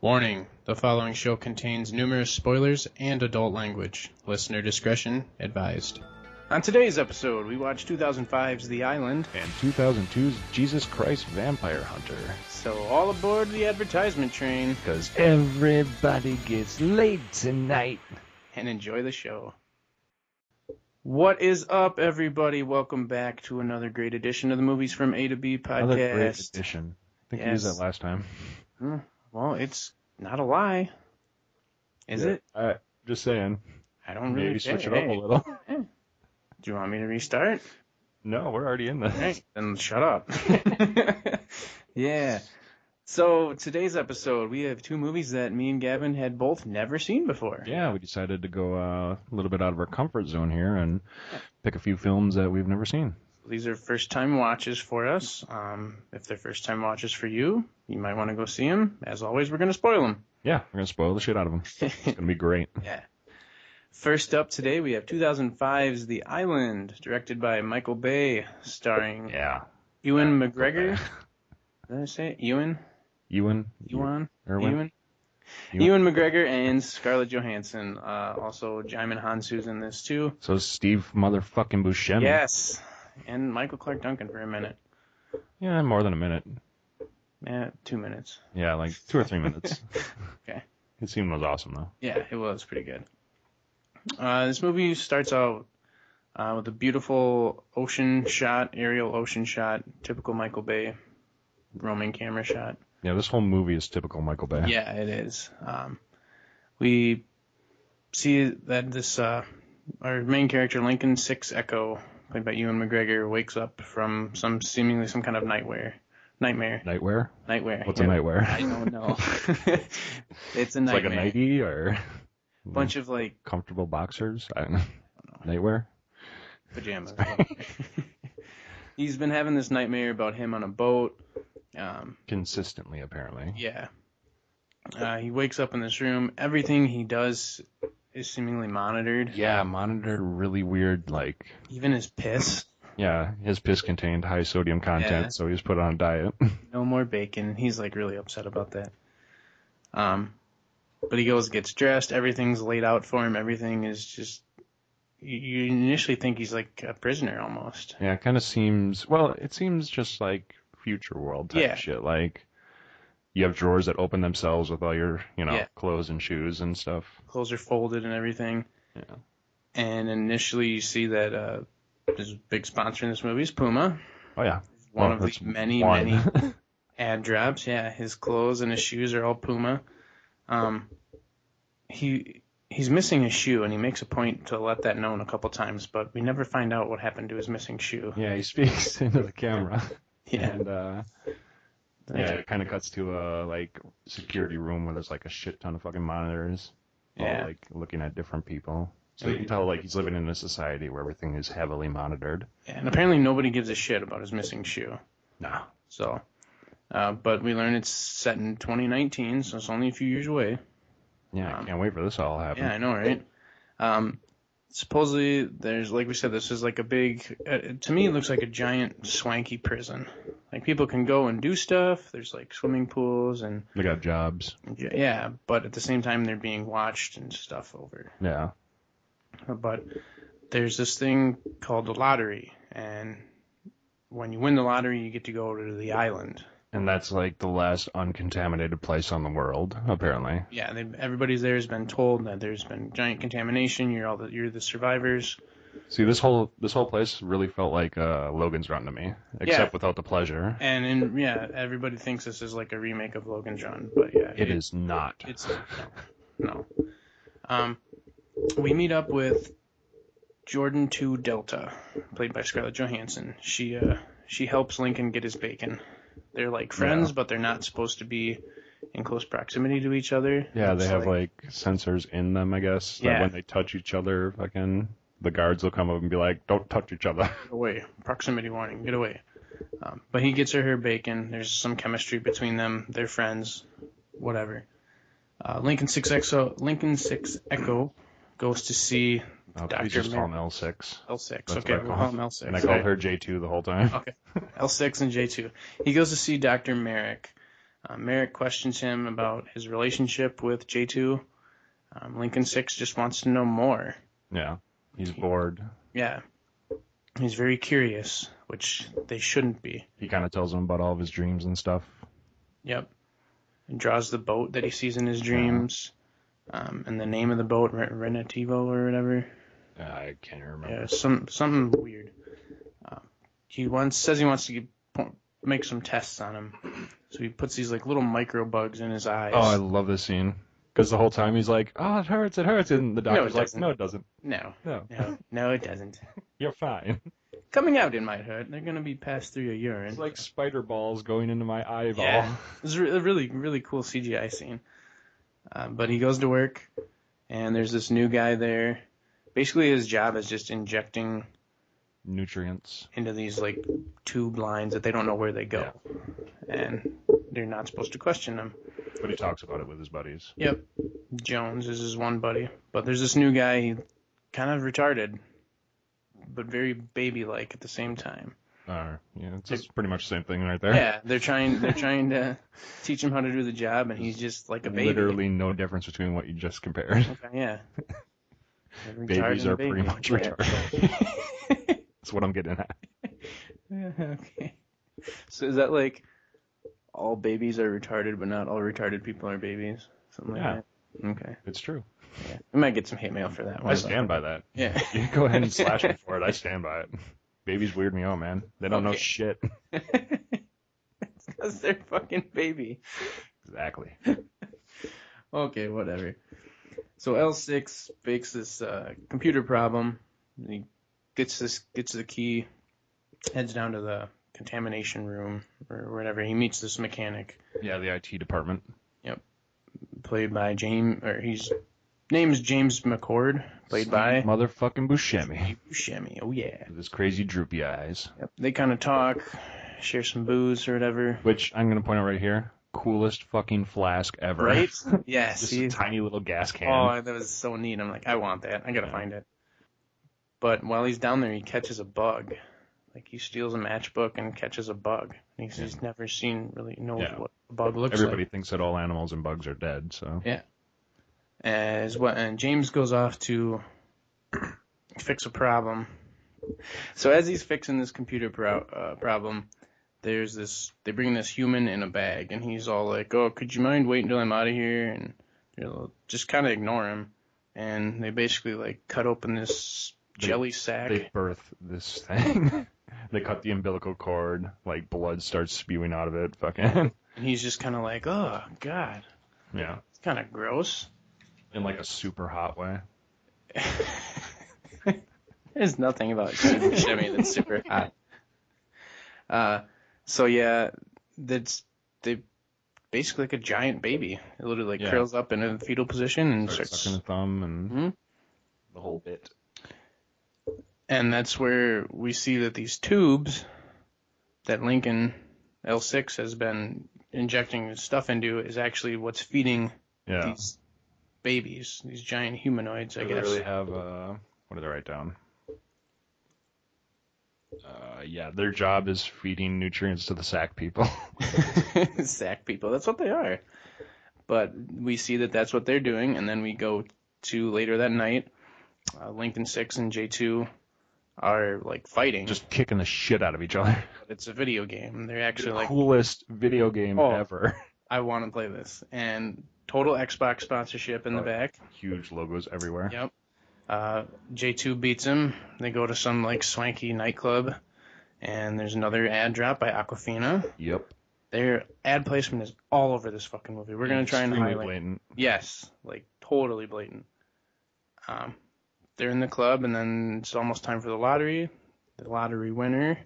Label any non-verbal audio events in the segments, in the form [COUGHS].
Warning: The following show contains numerous spoilers and adult language. Listener discretion advised. On today's episode, we watch 2005's The Island, and 2002's Jesus Christ Vampire Hunter. so all aboard the advertisement train Because Everybody gets laid tonight. and enjoy the show. What is up, everybody? Welcome back to another great edition of the Movies from A to B another great podcast. edition. I think we used Yes. that last time. Well, it's not a lie. Is Yeah. it? I, just saying. I don't really Maybe switch it care. up a Hey, little. [LAUGHS] Do you want me to restart? No, we're already in this. Alright, then shut up. [LAUGHS] yeah. So today's episode, we have two movies that me and Gavin had both never seen before. Yeah, we decided to go uh, a little bit out of our comfort zone here and pick a few films that we've never seen. These are first time watches for us. Um, if they're first time watches for you, you might want to go see them. As always, we're going to spoil them. Yeah, we're gonna spoil the shit out of them. It's gonna be great. [LAUGHS] First up today, we have 2005's The Island, directed by Michael Bay, starring Yeah. Ewan McGregor. Did I say it? Ewan? Ewan. Ewan? Erwin? Ewan. Ewan. Ewan McGregor and Scarlett Johansson. Uh, also, Jaimin Hansu's in this too. So Steve motherfucking Buscemi. Yes, and Michael Clark Duncan for a minute. Yeah, more than a minute. Yeah, two minutes. Yeah, like two [LAUGHS] or three minutes. Okay. His scene was awesome though. Yeah, it was pretty good. Uh, this movie starts out uh, with a beautiful ocean shot, aerial ocean shot, typical Michael Bay roaming camera shot. Yeah, this whole movie is typical Michael Bay. Yeah, it is. Um, we see that this uh, our main character Lincoln Six Echo, played by Ewan McGregor, wakes up from some seemingly some kind of nightmare, nightmare, Nightwear? nightmare. What's Yeah. a nightwear? I [LAUGHS] don't [LAUGHS] know. it's a It's like nightmare. a nightie or bunch of like comfortable boxers. I don't know. Nightwear. [LAUGHS] pajamas. He's been having this nightmare about him on a boat. Um, Consistently, apparently. Yeah. Uh, he wakes up in this room. Everything he does is seemingly monitored. Yeah, monitor really weird. Like, Even his piss. yeah, his piss contained high sodium content, Yeah. so he was put on a diet. [LAUGHS] No more bacon. He's like really upset about that. Um, but he goes, gets dressed. Everything's laid out for him. Everything is just. You you initially think he's like a prisoner almost. yeah, it kind of seems. Well, it seems just like future world type Yeah. shit. Like, you have drawers that open themselves with all your, you know, Yeah. clothes and shoes and stuff. Clothes are folded and everything. Yeah. And initially, you see that uh, this big sponsor in this movie is Puma. Oh yeah. one Well, of that's the many one. many ad drops. Yeah, his clothes and his shoes are all Puma. Um, he he's missing a shoe, and he makes a point to let that known a couple times, but we never find out what happened to his missing [LAUGHS] shoe. [LAUGHS] yeah, he speaks into the camera. [LAUGHS] Yeah, And uh, yeah, it kind of cuts to a like security room where there's like a shit ton of fucking monitors, all, Yeah. like looking at different people. So you can tell like he's living in a society where everything is heavily monitored. and apparently nobody gives a shit about his missing shoe. No. So, uh, but we learn it's set in 2019, so it's only a few years away. Yeah, I Um, can't wait for this to all happen. Yeah, I know, right? Um, supposedly, there's like we said, this is like a big. Uh, to me, it looks like a giant swanky prison. Like people can go and do stuff. There's like swimming pools and They got jobs. yeah, but at the same time, they're being watched and stuff over. Yeah. But there's this thing called the lottery, and when you win the lottery, you get to go to the island. And that's like the last uncontaminated place on the world, apparently. Yeah, they, everybody's there has been told that there's been giant contamination. You're all the, you're the survivors. See, this whole this whole place really felt like uh, Logan's Run to me, except without the pleasure. And in, yeah, everybody thinks this is like a remake of Logan's Run, but yeah, it is not. It's no. Um, we meet up with Jordan Two Delta, played by Scarlett Johansson. She uh she helps Lincoln get his bacon. They're like friends, but they're not supposed to be in close proximity to each other. Yeah, they It's have like, sensors in them, I guess. That Yeah. when they touch each other, fucking the guards will come up and be like, "Don't touch each other." [LAUGHS] get away, proximity warning, get away. Um, but he gets her her bacon. There's some chemistry between them. They're friends, whatever. Uh, Lincoln Six Echo Lincoln Six Echo goes to see Uh, Dr. please just call Mary- him L six. L Six. That's Okay, what I we'll call call him L Six. Oh. And I called her J two the whole time. L six and J two. He goes to see Doctor Merrick. Uh, Merrick questions him about his relationship with J2. Um, Lincoln Six just wants to know more. [LAUGHS] Yeah. He's bored. Yeah. He's very curious, which they shouldn't be. He kind of tells him about all of his dreams and stuff. Yep. And draws the boat that he sees in Uh-huh. his dreams. Um, and the name of the boat, Re- Renativo or whatever. I can't remember. Yeah, some something weird. Uh, he wants says he wants to get, po- make some tests on him, so he puts these like little micro bugs in his eyes. Oh, I love this scene because the whole time he's like, "Oh, it hurts, it hurts," and the doctor's like, doesn't. "No, it doesn't. no, No, no, no, it doesn't. you're fine." [LAUGHS] Coming out, it might hurt. They're gonna be passed through your urine. It's like spider balls going into my eyeball. Yeah. It's re- a really, really cool CGI scene. Uh, but he goes to work, and there's this new guy there. Basically, his job is just injecting Nutrients. into these like tube lines that they don't know where they go, and they're not supposed to question them. But he talks about it with his buddies. Yep, Jones is his one buddy, but there's this new guy, he- kind of retarded, but very baby-like at the same time. Uh, yeah, it's just pretty much the same thing right there. Yeah, they're trying, [LAUGHS] they're trying to teach him how to do the job, and he's just like a baby. Literally no difference between what you just compared. Okay, yeah. They're retarded [LAUGHS] Babies and are pretty baby. much Yeah. retarded. [LAUGHS] That's what I'm getting at. Yeah, [LAUGHS] okay. So is that like all babies are retarded, but not all retarded people are babies? Something like Yeah. that. Okay. It's true. Yeah. We might get some hate mail for that one. Oh, I stand by that. Yeah. [LAUGHS] [LAUGHS] You go ahead and slash me for it. I stand by it. Babies weird me out, man. They don't know Okay. shit. [LAUGHS] Because they're fucking baby. Exactly. Okay, whatever. So L6 fakes this uh, computer problem. He gets this, gets the key, heads down to the contamination room or whatever. He meets this mechanic. Yeah, the IT department. played by James, or he's name's James McCord, played by motherfucking Buscemi. Buscemi. Oh yeah. With his crazy droopy eyes. Yep. They kind of talk, share some booze or whatever. Which I'm gonna point out right here. Coolest fucking flask ever. Right? Yeah. [LAUGHS] Just see. a tiny little gas can. Oh, that was so neat. I'm like, I want that. I gotta Yeah. find it. But while he's down there, he catches a bug. Like he steals a matchbook and catches a bug. And he's, he's never seen really knows Yeah. what a bug looks Everybody like. thinks that all animals and bugs are dead, so As what? And James goes off to [CLEARS THROAT] fix a problem. So as he's fixing this computer pro- uh, problem, there's this. They bring this human in a bag, and he's all like, "Oh, could you mind waiting until I'm out of here?" And you know, just kind of ignore him. And they basically like cut open this jelly sack. they birth this thing. [LAUGHS] they cut the umbilical cord, like blood starts spewing out of it, fucking [LAUGHS] and he's just kind of like, "Oh God, Yeah. it's kind of gross." In like a super hot way. There's nothing about [LAUGHS] Super Shimmy that's super hot. Uh, so yeah, that's they basically like a giant baby. It literally like Yeah. curls up in a fetal position and Starts starts, sucking the thumb and Mhm. the whole bit. and that's where we see that these tubes that Lincoln L6 has been injecting stuff into is actually what's feeding Yeah. these babies, these giant humanoids, I I guess. literally have uh, what did I write down? Uh, yeah, their job is feeding nutrients to the sack people. [LAUGHS] [LAUGHS] sack people. That's what they are. But we see that that's what they're doing, and then we go to later that night. Uh, Lincoln Six and J Two are like fighting. Just kicking the shit out of each other. it's a video game. [LAUGHS] They're actually The like, coolest video game Oh. ever. [LAUGHS] I want to play this, and total Xbox sponsorship in the Oh. back. Huge logos [LAUGHS] everywhere. Yep. Uh, J2 beats him. They go to some like swanky nightclub, and there's another ad drop by Aquafina. Yep. Their ad placement is all over this fucking movie. We're gonna try and Extremely highlight. blatant. Yes, like totally blatant. Um, they're in the club, and then it's almost time for the lottery. The lottery winner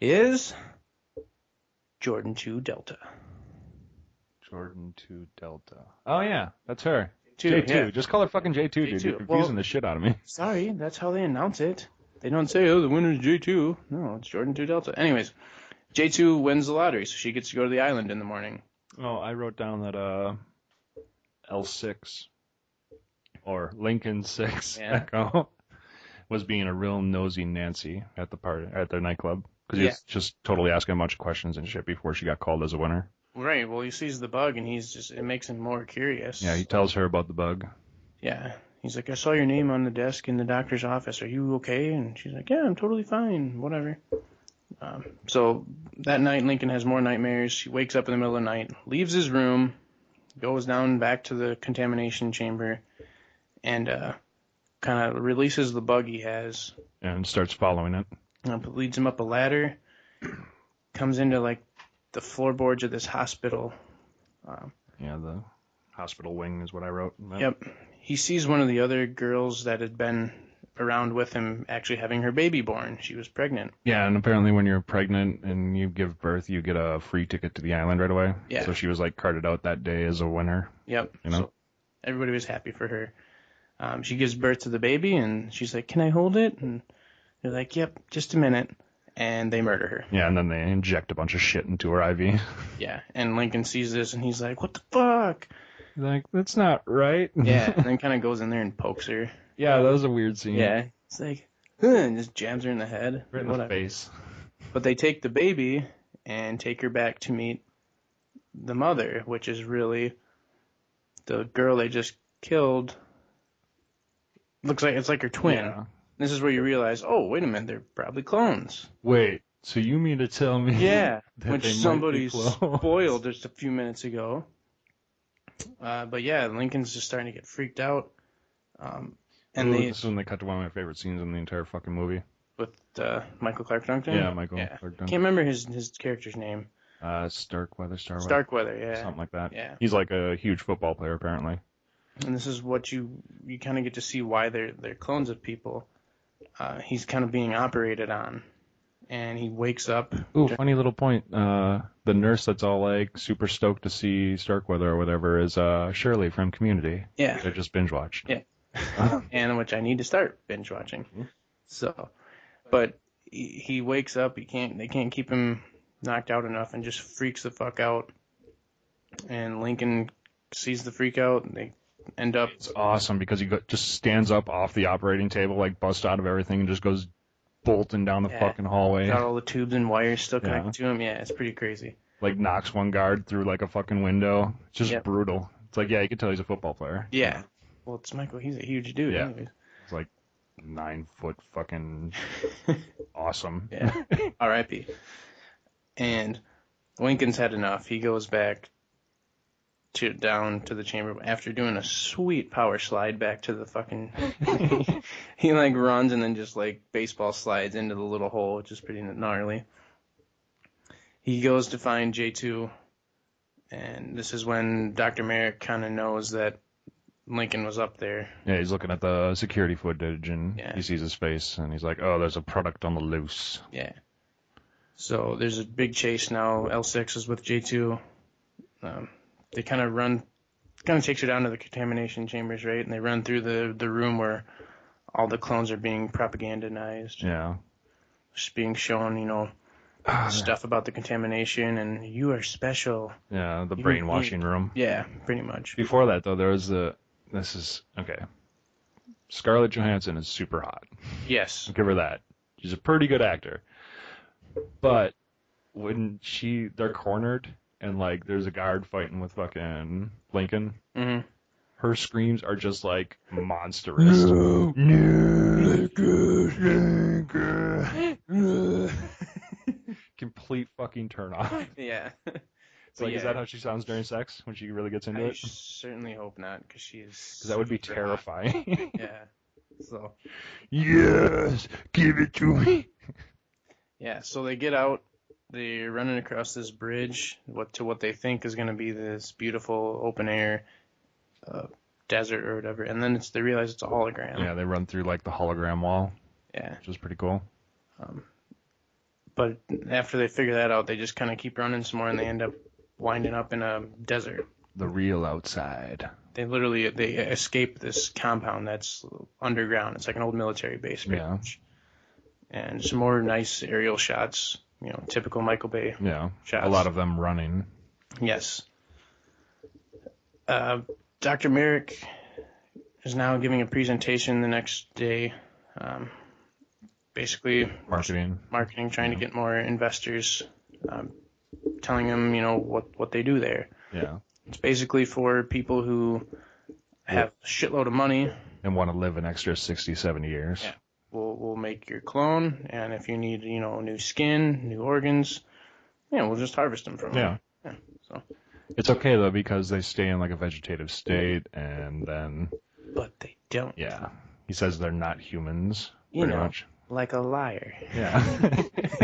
is Jordan Two Delta. Jordan Two Delta. Oh yeah, that's her. Two, J Two. yeah. Just call her fucking J Two, dude. J2. You're confusing Well- the shit out of me. Sorry, that's how they announce it. They don't say, "Oh, the winner's J two. No, it's Jordan Two Delta. Anyways, J two wins the lottery, so she gets to go to the island in the morning. Oh, I wrote down that uh, L six or Lincoln six Yeah. [LAUGHS] Echo was being a real nosy Nancy at the party at the nightclub because he was just totally asking a bunch of questions and shit before she got called as a winner. Right. Well, he sees the bug and he's just it makes him more curious. Yeah, he tells her about the bug. Yeah. He's like, I saw your name on the desk in the doctor's office. Are you okay? And she's like, Yeah, I'm totally fine. Whatever. Um, so that night, Lincoln has more nightmares. He wakes up in the middle of the night, leaves his room, goes down back to the contamination chamber, and uh, kind of releases the bug he has. And starts following it. Um, leads him up a ladder, comes into like the floorboards of this hospital. Um, Yeah, the hospital wing is what I wrote. Yep. He sees one of the other girls that had been around with him actually having her baby born. She was pregnant. Yeah, and apparently when you're pregnant and you give birth, you get a free ticket to the island right away. Yeah. So she was like carted out that day as a winner. Yep. You know? So everybody was happy for her. Um, she gives birth to the baby and she's like, Can I hold it? And they're like, Yep, just a minute. And they murder her. Yeah, and then they inject a bunch of shit into her IV. Yeah. And Lincoln sees this and he's like, What the fuck? [LAUGHS] like, that's not right. Yeah. and then kind of goes in there and pokes her. [LAUGHS] yeah, that was a weird scene. Yeah. It's like, "Huh," and just jams her in the head. Right in the Whatever. face. But they take the baby and take her back to meet the mother, which is really the girl they just killed. Looks like it's like her twin. Yeah. This is where you realize, oh, wait a minute, they're probably clones. Wait, so you mean to tell me? Yeah, [LAUGHS] that they which might be somebody clones? [LAUGHS] spoiled just a few minutes ago. Uh, but yeah, Lincoln's just starting to get freaked out. Um, and Ooh, they this is when they cut to one of my favorite scenes in the entire fucking movie. with uh, Michael Clark Duncan. Yeah, Michael Yeah. Can't Clark Duncan. remember his his character's name. Uh, Starkweather, Starweather, Starkweather. Yeah. something like that. Yeah. He's like a huge football player apparently. and this is what you you kind of get to see why they're they're clones of people. Uh, he's kind of being operated on, and he wakes up. Ooh, funny little point. Uh, the nurse that's all like super stoked to see Starkweather or whatever is uh Shirley from Community. Yeah, I just binge watched. Yeah. [COUGHS] and which I need to start binge watching. So, but he, he wakes up. He can't. They can't keep him knocked out enough, and just freaks the fuck out. And Lincoln sees the freak out, and they end up. It's awesome because he go- just stands up off the operating table, like bust out of everything, and just goes bolting down the Yeah. fucking hallway. Got all the tubes and wires still Yeah. connected to him. Yeah, it's pretty crazy. Like knocks one guard through like a fucking window. It's just Yep. brutal. It's like yeah, you can tell he's a football player. Yeah. Well, it's Michael. He's a huge dude. Yeah. anyways. It's like nine foot fucking [LAUGHS] awesome. Yeah. R.I.P. And Lincoln's had enough. He goes back to down to the chamber after doing a sweet power slide back to the fucking. [LAUGHS] he like runs and then just like baseball slides into the little hole, which is pretty gnarly. He goes to find J two, and this is when Doctor Merrick kind of knows that Lincoln was up there. Yeah, he's looking at the security footage and Yeah. he sees his face and he's like, "Oh, there's a product on the loose." Yeah. So there's a big chase now. L6 is with J2. Um, they kind of run, kind of takes her down to the contamination chambers, right? And they run through the, the room where all the clones are being propagandized, Yeah. Ah, just being shown, you know, stuff about the contamination and you are special. Yeah, the brainwashing room. Yeah, pretty much. Before that though, there was the this is okay. Scarlett Johansson is super hot. Yes. Give her that. She's a pretty good actor. But when she they're cornered and like there's a guard fighting with fucking Lincoln, hmm her screams are just like monstrous. [LAUGHS] Complete fucking turn off. Yeah. [LAUGHS] It's like, is Yeah. that how she sounds during sex when she really gets into I it? certainly hope not, because she is. Because that would be super hot. terrifying. [LAUGHS] Yeah. [LAUGHS] So. yes, give it to me. Yeah, so they get out. They're running across this bridge, what to what they think is going to be this beautiful open air uh, desert or whatever, and then it's they realize it's a hologram. Yeah, they run through like the hologram wall, Yeah. which is pretty cool. But after they figure that out, they just kind of keep running some more, and they end up winding up in a desert. The real outside. They literally they escape this compound that's underground. It's like an old military base. pretty Yeah. much. And some more nice aerial shots. You know, typical Michael Bay Yeah, Shots. a lot of them running. Yes. Uh, Dr. Merrick is now giving a presentation the next day, um, basically Marketing. marketing, trying to get more investors. Um, telling them, you know, what what they do there. Yeah. It's basically for people who have a shitload of money. And want to live an extra 60, 70 years. Yeah. We'll we'll make your clone, and if you need, you know, new skin, new organs, yeah, we'll just harvest them from 'em. Yeah. Yeah, so. It's okay though because they stay in like a vegetative state, and then But they don't. yeah, he says they're not humans. You pretty know. [LAUGHS] much. Like a liar. Yeah. [LAUGHS]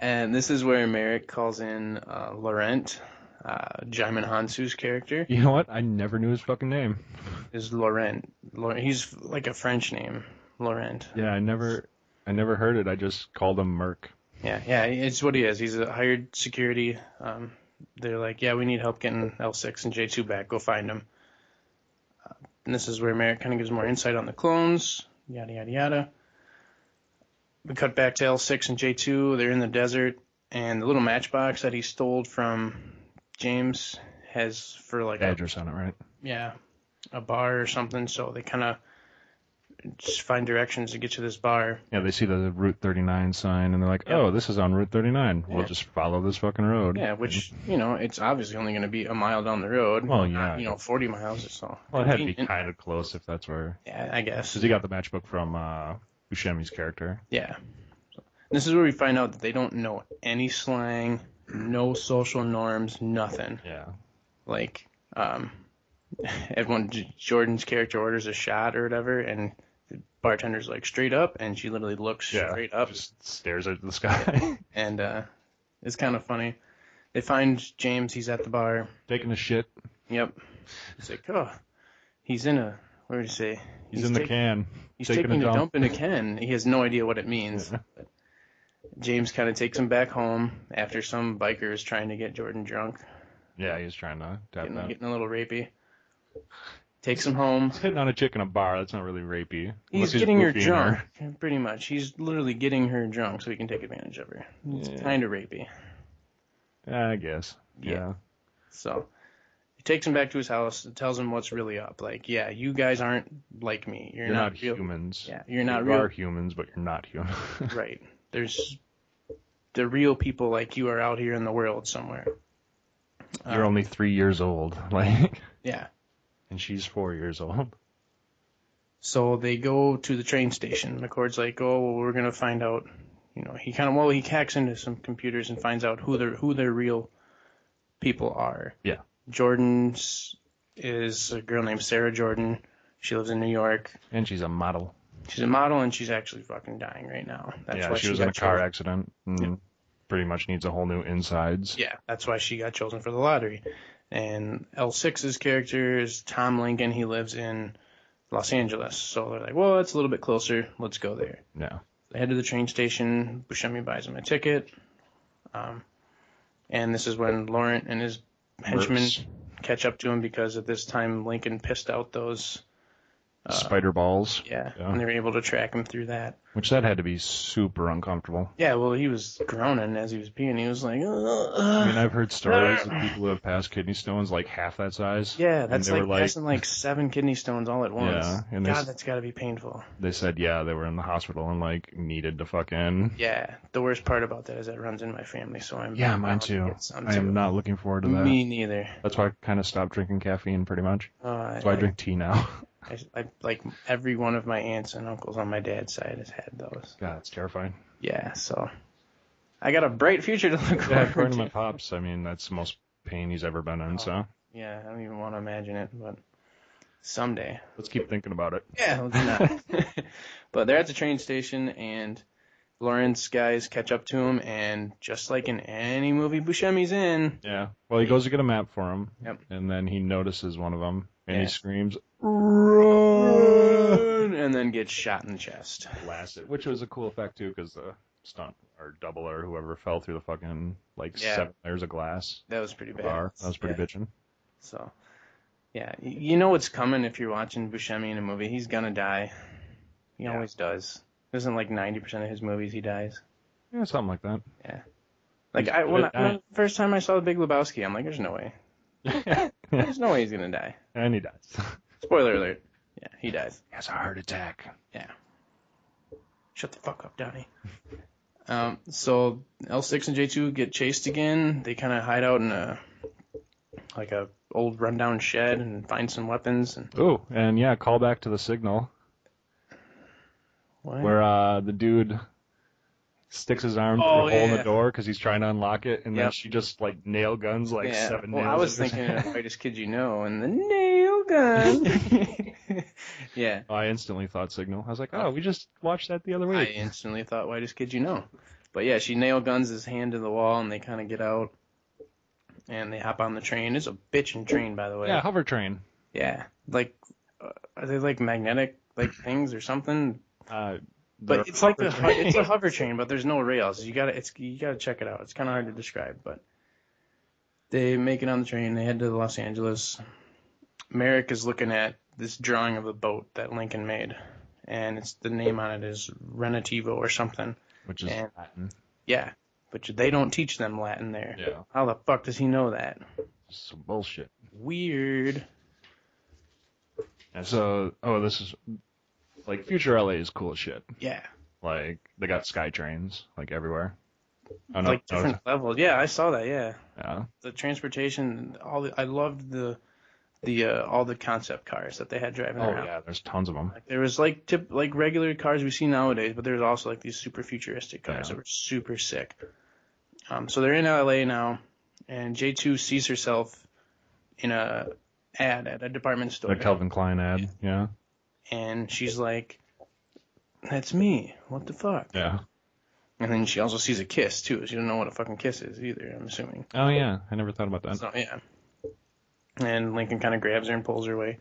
And this is where Merrick calls in uh, Laurent, uh, Jaimin Hansu's character. you know what? I never knew his fucking name. is Laurent. Laurent. He's like a French name, Laurent. Yeah, I never, I never heard it. I just called him Merc. Yeah, yeah, it's what he is. He's a hired security. Um, they're like, yeah, we need help getting L6 and J2 back. Go find them. Uh, and this is where Merrick kind of gives more insight on the clones, yada, yada, yada. We cut back to L6 and J2. They're in the desert, and the little matchbox that he stole from James has for like a Address on it, right? yeah, a bar or something. So they kind of just find directions to get to this bar. Yeah, they see the Route 39 sign, and they're like, "Oh, this is on Route 39. We'll Yeah. just follow this fucking road." Yeah, which you know it's obviously only going to be a mile down the road. Well, not, yeah. you know, forty miles or so. well, it had to be Convenient. kind of close if that's where, Yeah, I guess. because he got the matchbook from uh, Buscemi's character. Yeah. This is where we find out that they don't know any slang, no social norms, nothing. Yeah. Like, um, [LAUGHS] everyone, J- Jordan's character orders a shot or whatever, and the bartender's like, straight up, and she literally looks Yeah. straight up. Just stares at the sky. [LAUGHS] and uh, it's kind of funny. They find James. He's at the bar. Taking a shit. Yep. It's like, oh, he's in a. Where did he say? He's, in the tak- can. He's taking, a dump. in a can. He has no idea what it means. But James kind of takes him back home after some biker is trying to get Jordan drunk, Yeah, he's trying to tap getting, that. getting a little rapey. Takes him home. He's hitting on a chick in a bar. That's not really rapey. Unless He's, getting her boofing drunk, pretty much. He's literally getting her drunk so he can take advantage of her. It's Yeah. kind of rapey. Yeah, I guess. Yeah. Yeah. So he takes him back to his house and tells him what's really up. Like, yeah, you guys aren't like me. You're, You're, not, real. humans. Yeah, you're not You real. Uh. are humans, but you're not human. [LAUGHS] Right. There's the real people like you are out here in the world somewhere. you're only three years old. [LAUGHS] Like, Yeah. and she's four years old. So they go to the train station. McCord's like, oh, well, we're gonna find out. You know, he kind of well, he hacks into some computers and finds out who their who their real people are. Yeah. Jordan's is a girl named Sarah Jordan. She lives in New York. And she's a model. She's a model and she's actually fucking dying right now. That's yeah, why she, was got in a car chosen. accident. And Pretty much needs a whole new insides. Yeah, that's why she got chosen for the lottery. And L6's character is Tom Lincoln. He lives in Los Angeles. So they're like, well, it's a little bit closer. Let's go there. No. They head to the train station. Buscemi buys him a ticket. Um, and this is when Laurent and his henchmen Mercs. catch up to him because at this time Lincoln pissed out those. uh, Spider balls. Yeah, Yeah. and they were able to track him through that. Which that had to be super uncomfortable. Yeah, well, he was groaning as he was peeing. He was like, "Ugh, I ugh." mean, I've heard stories of people who have passed kidney stones like half that size. Yeah, And that's they like, were like- passing like seven kidney stones all at once. Yeah, and God, there's- that's got to be painful. They said, yeah, they were in the hospital and like needed to fucking. Yeah, the worst part about that is that it runs in my family, so I'm Yeah, mine bound to too. get some I too. am not looking forward to that. me neither. That's why I kind of stopped drinking caffeine pretty much. Uh, That's why I drink tea now. [LAUGHS] I, I, like every one of my aunts and uncles on my dad's side has had those. God, [LAUGHS] it's terrifying. Yeah, so I got a bright future to look Yeah, forward according to my to. pops, I mean, that's the most pain he's ever been in, Oh. so Yeah, I don't even want to imagine it, but someday. let's keep thinking about it. Yeah, let's not. [LAUGHS] but they're at the train station, and Lawrence guys catch up to him, and just like in any movie Buscemi's in, Yeah. Well, he goes to get a map for him, Yep. and then he notices one of them, and Yeah. he screams, Run! and then gets shot in the chest. Blast it, which was a cool effect, too, because the stunt or double or whoever fell through the fucking, like, Yeah. seven layers of glass That was pretty bad. bar. That was pretty yeah. bitchin'. So, yeah, y- you know what's coming if you're watching Buscemi in a movie. He's gonna die. He Yeah. always does. Isn't like 90% of his movies he dies. Yeah, something like that. Like He's I good when, I, at when I- dying. the first time I saw The Big Lebowski, I'm like, there's no way. [LAUGHS] There's no way he's gonna die. [LAUGHS] and he dies. Spoiler alert. Yeah, he dies. He has a heart attack. Shut the fuck up, Donnie. Um, so L6 and J2 get chased again. They kind of hide out in a like a old rundown shed and find some weapons and Oh, and yeah, call back to the signal what? where uh, the dude sticks his arm Oh, through a hole in yeah. the door because he's trying to unlock it, and then Yep. she just like nail guns like yeah. seven well, nails. I was in his thinking head. of Whitest Kid You Know and the nail [LAUGHS] gun. [LAUGHS] yeah. I instantly thought signal. I was like, oh, we just watched that the other I week. instantly thought Whitest Kid You Know. But yeah, she nail guns his hand to the wall and they kind of get out and they hop on the train. It's a bitchin' train, by the way. yeah, hover train. Yeah. Like, uh, are they like magnetic like things or something? Uh, But the it's like the hover hu- train. it's a hover train, but there's no rails. You gotta it's you gotta check it out. It's kind of hard to describe, but they make it on the train. They head to Los Angeles. Merrick is looking at this drawing of a boat that Lincoln made, and it's the name on it is Renativo or something. which is and- Latin. Yeah, but they don't teach them Latin there. Yeah, How the fuck does he know that? some bullshit. [LAUGHS] Weird. And so, oh, this is like future LA is cool as shit. Yeah, Like they got sky trains like everywhere. I don't like know. if you different levels. Yeah, I saw that. Yeah. noticed. Yeah. the transportation all the, I loved the the uh, all the concept cars that they had driving Oh around. yeah, there's tons of them. Like there was like tip like regular cars we see nowadays, but there was also like these super futuristic cars Yeah. that were super sick. Um, so they're in LA now, and J two sees herself in a ad at a department store, The Calvin Klein ad. Yeah. and she's like, "That's me. What the fuck?" Yeah. And then she also sees a kiss too. She doesn't know what a fucking kiss is either. I'm assuming. Oh yeah, I never thought about that. So yeah. Um, And Lincoln kind of grabs her and pulls her away.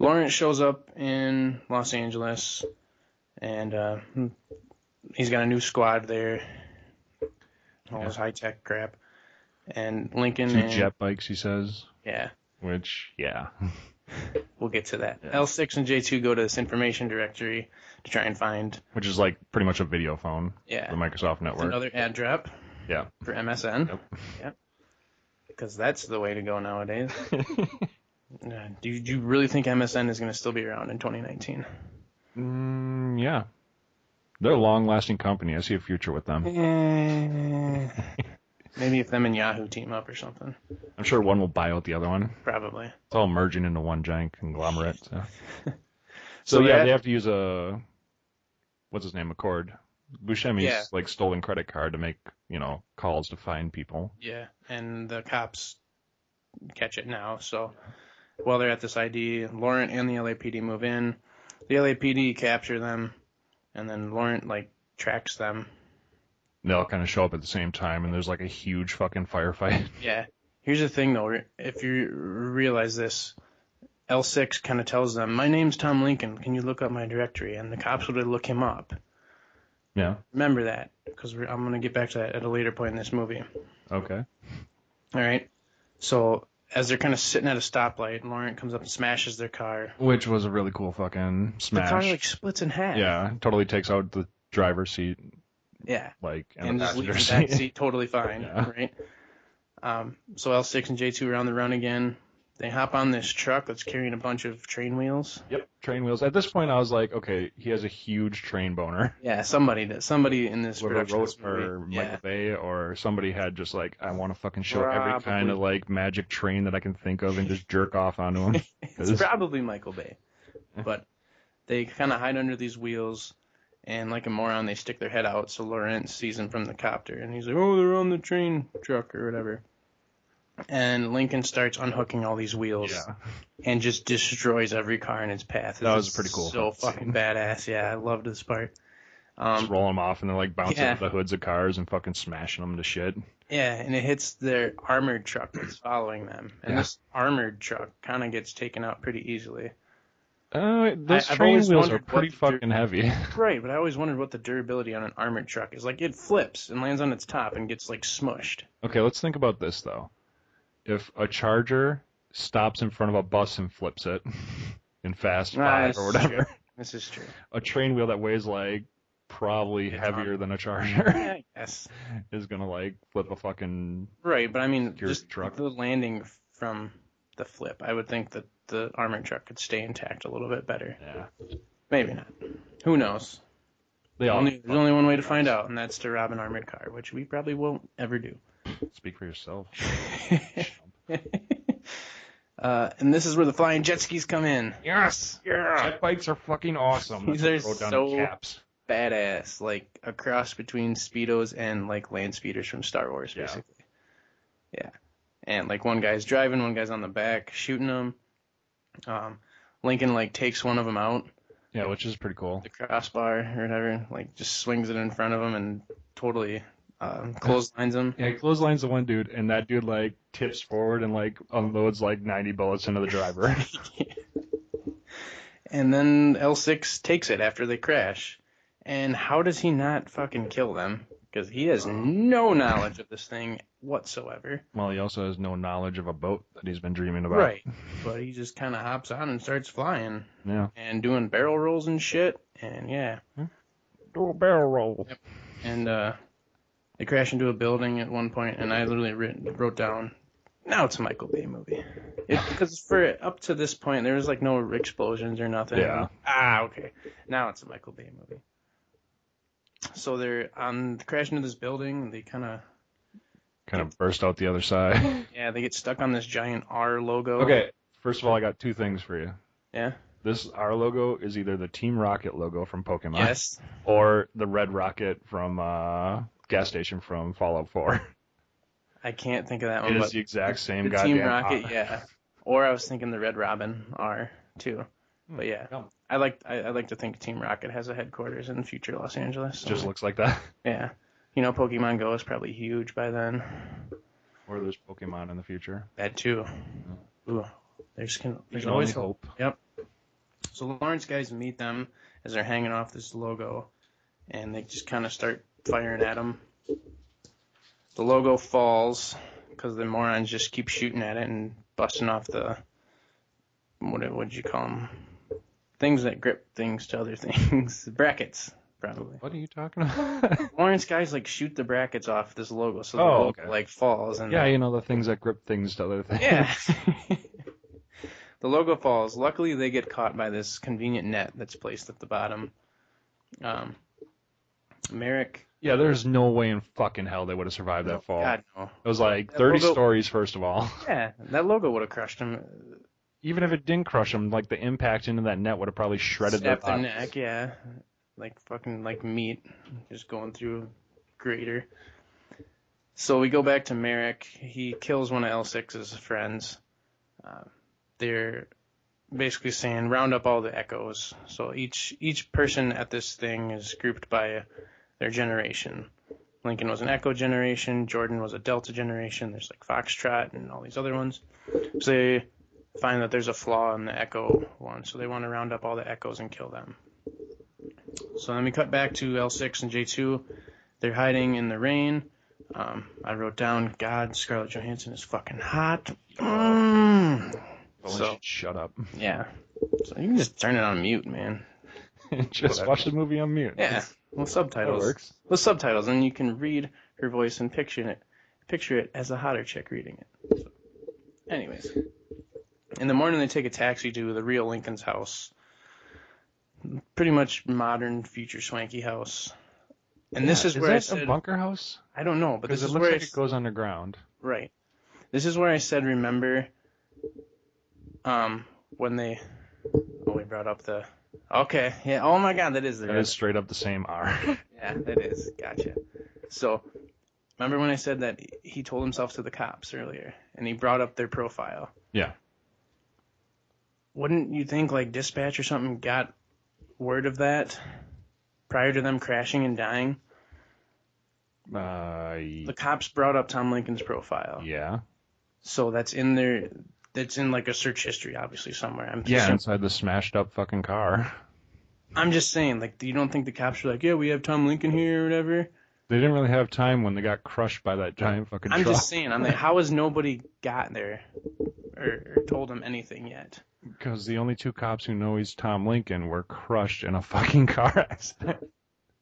Lawrence shows up in Los Angeles, and uh, he's got a new squad there. All this high tech crap. And Lincoln Two and jet bikes, he says. yeah, Which yeah, [LAUGHS] we'll get to that. Yeah. L6 and J2 go to this information directory to try and find which is like pretty much a video phone. yeah The Microsoft It's network. another ad drop Yeah. for MSN. Yep. Yep. Because that's the way to go nowadays. [LAUGHS] Uh, do, you, do you really think MSN is going to still be around in 2019? Mm, yeah. They're a long-lasting company. I see a future with them. Maybe if them and Yahoo team up or something. I'm sure one will buy out the other one. Probably. It's all merging into one giant conglomerate. [LAUGHS] So, so, So yeah, that- they have to use a what's his name, Accord. Buscemi's Yeah. like stolen credit card to make you know calls to find people. Yeah, and the cops catch it now. So while they're at this ID, Laurent and the LAPD move in. The LAPD capture them, and then Laurent like tracks them. They all kind of show up at the same time, and there's like a huge fucking firefight. [LAUGHS] Yeah. Here's the thing though, if you realize this, L6 kind of tells them, "My name's Tom Lincoln. Can you look up my directory?" And the cops would look him up. yeah. Remember that, because I'm gonna get back to that at a later point in this movie. Okay. All right. So as they're kind of sitting at a stoplight, Laurent comes up and smashes their car. Which was a really cool fucking The car smash. like splits in half. yeah, totally takes out the driver's seat, Yeah. like And the just passenger leaves the back [LAUGHS] seat. seat totally fine. Yeah. Right. Um, so L6 and J2 are on the run again. They hop on this truck that's carrying a bunch of train wheels. Yep, train wheels. At this point, I was like, okay, he has a huge train boner. Yeah, somebody that somebody in this Whether production of Rose this movie- or yeah. Michael Bay or somebody had just like, I want to fucking show every Probably. kind of like magic train that I can think of and just jerk [LAUGHS] off onto him. It's probably Michael Bay. But they kind of hide under these wheels, and like a moron, they stick their head out. So Lawrence sees them from the copter, and he's like, oh, they're on the train truck or whatever. And Lincoln starts unhooking all these wheels yeah. and just destroys every car in its path. That was It's pretty cool. So fucking badass. Yeah, I loved this part. Um, Just roll them off and then like bouncing Yeah. off the hoods of cars and fucking smashing them to shit. Yeah, and it hits their armored truck that's following them. And Yeah. this armored truck kind of gets taken out pretty easily. Uh, those I've train always wheels are wondered pretty what the- fucking heavy. [LAUGHS] Right, but I always wondered what the durability on an armored truck is. Like, it flips and lands on its top and gets, like, smushed. okay, let's think about this though. If a charger stops in front of a bus and flips it [LAUGHS] in Fast Ah, Five this or is [LAUGHS] whatever, true. This is true. a train wheel that weighs like probably It's heavier than a charger [LAUGHS] Yeah, I guess. is gonna like flip a fucking Right, but I mean, Your just truck. the landing from the flip, I would think that the armored truck could stay intact a little bit better. yeah. Maybe not. Who knows? They all Only, there's only one way to find out, and that's to rob an armored car, which we probably won't ever [LAUGHS] do. [LAUGHS] speak for yourself. uh, and this is where the flying jet skis come in. Yes, yeah. Jet bikes are fucking [LAUGHS] awesome. These That's are what I so- wrote down in caps. Badass, like a cross between speedos and like land speeders from Star Wars, Yeah. basically. Yeah. And like one guy's driving, one guy's on the back shooting them. Um, Lincoln like takes one of them out, Yeah, which is pretty cool. the crossbar or whatever, like just swings it in front of him and totally um, clotheslines him. Yeah, clothesline's the one dude, and that dude like tips forward and like unloads like 90 bullets into the [LAUGHS] driver. And then L6 takes it after they crash. And how does he not fucking kill them? Because he has Uh-huh. no knowledge of this thing whatsoever. well, he also has no knowledge of a boat that he's been dreaming about. But he just kind of hops on and starts flying Yeah. and doing barrel rolls and shit. And yeah. Do a barrel roll. And uh, they crash into a building at one point, and I literally writ- wrote down, now it's a Michael Bay movie. Because for up to this point, there was like no explosions or nothing. Yeah. Ah, okay. Now it's a Michael Bay movie. So they're on they crash into this building. They kind of Kind of burst out the other side. [LAUGHS] yeah, they get stuck on this giant R logo. okay, first of all, I got two things for you. Oh. Yeah. This our logo is either the Team Rocket logo from Pokemon Yes. or the Red Rocket from uh, gas station from [LAUGHS] Fallout 4. I can't think of that one. It is Oh, but the exact same the goddamn Team Rocket, R. yeah. Or I was thinking the Red Robin R too. Hmm, But yeah, yeah. I like I, I like to think Team Rocket has a headquarters in future Los Angeles. It just looks like that. [LAUGHS] yeah, you know Pokemon Go is probably huge by then. Or there's Pokemon in the future. That too. Ooh, there's can, You there's can always only hope. Yep. So Lawrence guys meet them as they're hanging off this logo, and they just kind of start firing at them. The logo falls because the morons just keep shooting at it and busting off the what would you call them? Things that grip things to other [LAUGHS] things. brackets, probably. What are you talking [LAUGHS] about? [LAUGHS] Lawrence guys like shoot the brackets off this logo, so the Oh, logo okay. like falls and yeah, you know the things that grip things to other things. yeah. the logo falls. Luckily, they get caught by this convenient net that's placed at the bottom. Um, Merrick. [LAUGHS] Yeah, there's no way in fucking hell they would have survived that fall. God, no. It was like That 30 logo- stories, first of all. [LAUGHS] Yeah, that logo would have crushed him. Even if it didn't crush them, like the impact into that net would have probably shredded their Snapped their bodies. neck, yeah. Like fucking like meat, just going through a grater. So we go back to Merrick. He kills one of L6's friends. Uh, they're basically saying round up all the echoes. So each each person at this thing is grouped by their generation. Lincoln was an Echo generation. Jordan was a Delta generation. There's like Foxtrot and all these other ones. So they find that there's a flaw in the Echo one, so they want to round up all the Echoes and kill them. So then we cut back to L6 and J2. They're hiding in the rain. Um, I wrote down, God, Scarlett Johansson is fucking hot. Mm. Only So- she'd shut up. [LAUGHS] Yeah. So you can just turn it on mute, man. Just watch the movie on mute. Yeah. With That subtitles. works. With subtitles, and you can read her voice and picture it, picture it as a hotter chick reading it. So, anyways, in the morning they take a taxi to the real Lincoln's house. Pretty much modern, future swanky house. And this Yeah, is where I that a said bunker house? I don't know, but this Because it is looks where like I it goes underground. Right. This is where I said remember um when they oh we brought up the Okay, yeah, oh my god, that is the That is straight up the same [LAUGHS] R. Yeah, that is. Gotcha. So remember when I said that he told himself to the cops earlier and he brought up their profile. Yeah. Wouldn't you think like dispatch or something got word of that prior to them crashing and dying? Uh, The cops brought up Tom Lincoln's profile. yeah. So that's in their that's in like a search history, obviously somewhere. I'm Yeah, assuming- inside the smashed up fucking car. I'm just saying, like you don't think the cops were like, yeah, we have Tom Lincoln here or whatever. They didn't really have time when they got crushed by that giant fucking I'm truck. just saying, I'm like, how has nobody got there or, or told him anything yet? Because the only two cops who know he's Tom Lincoln were crushed in a fucking car [LAUGHS] accident.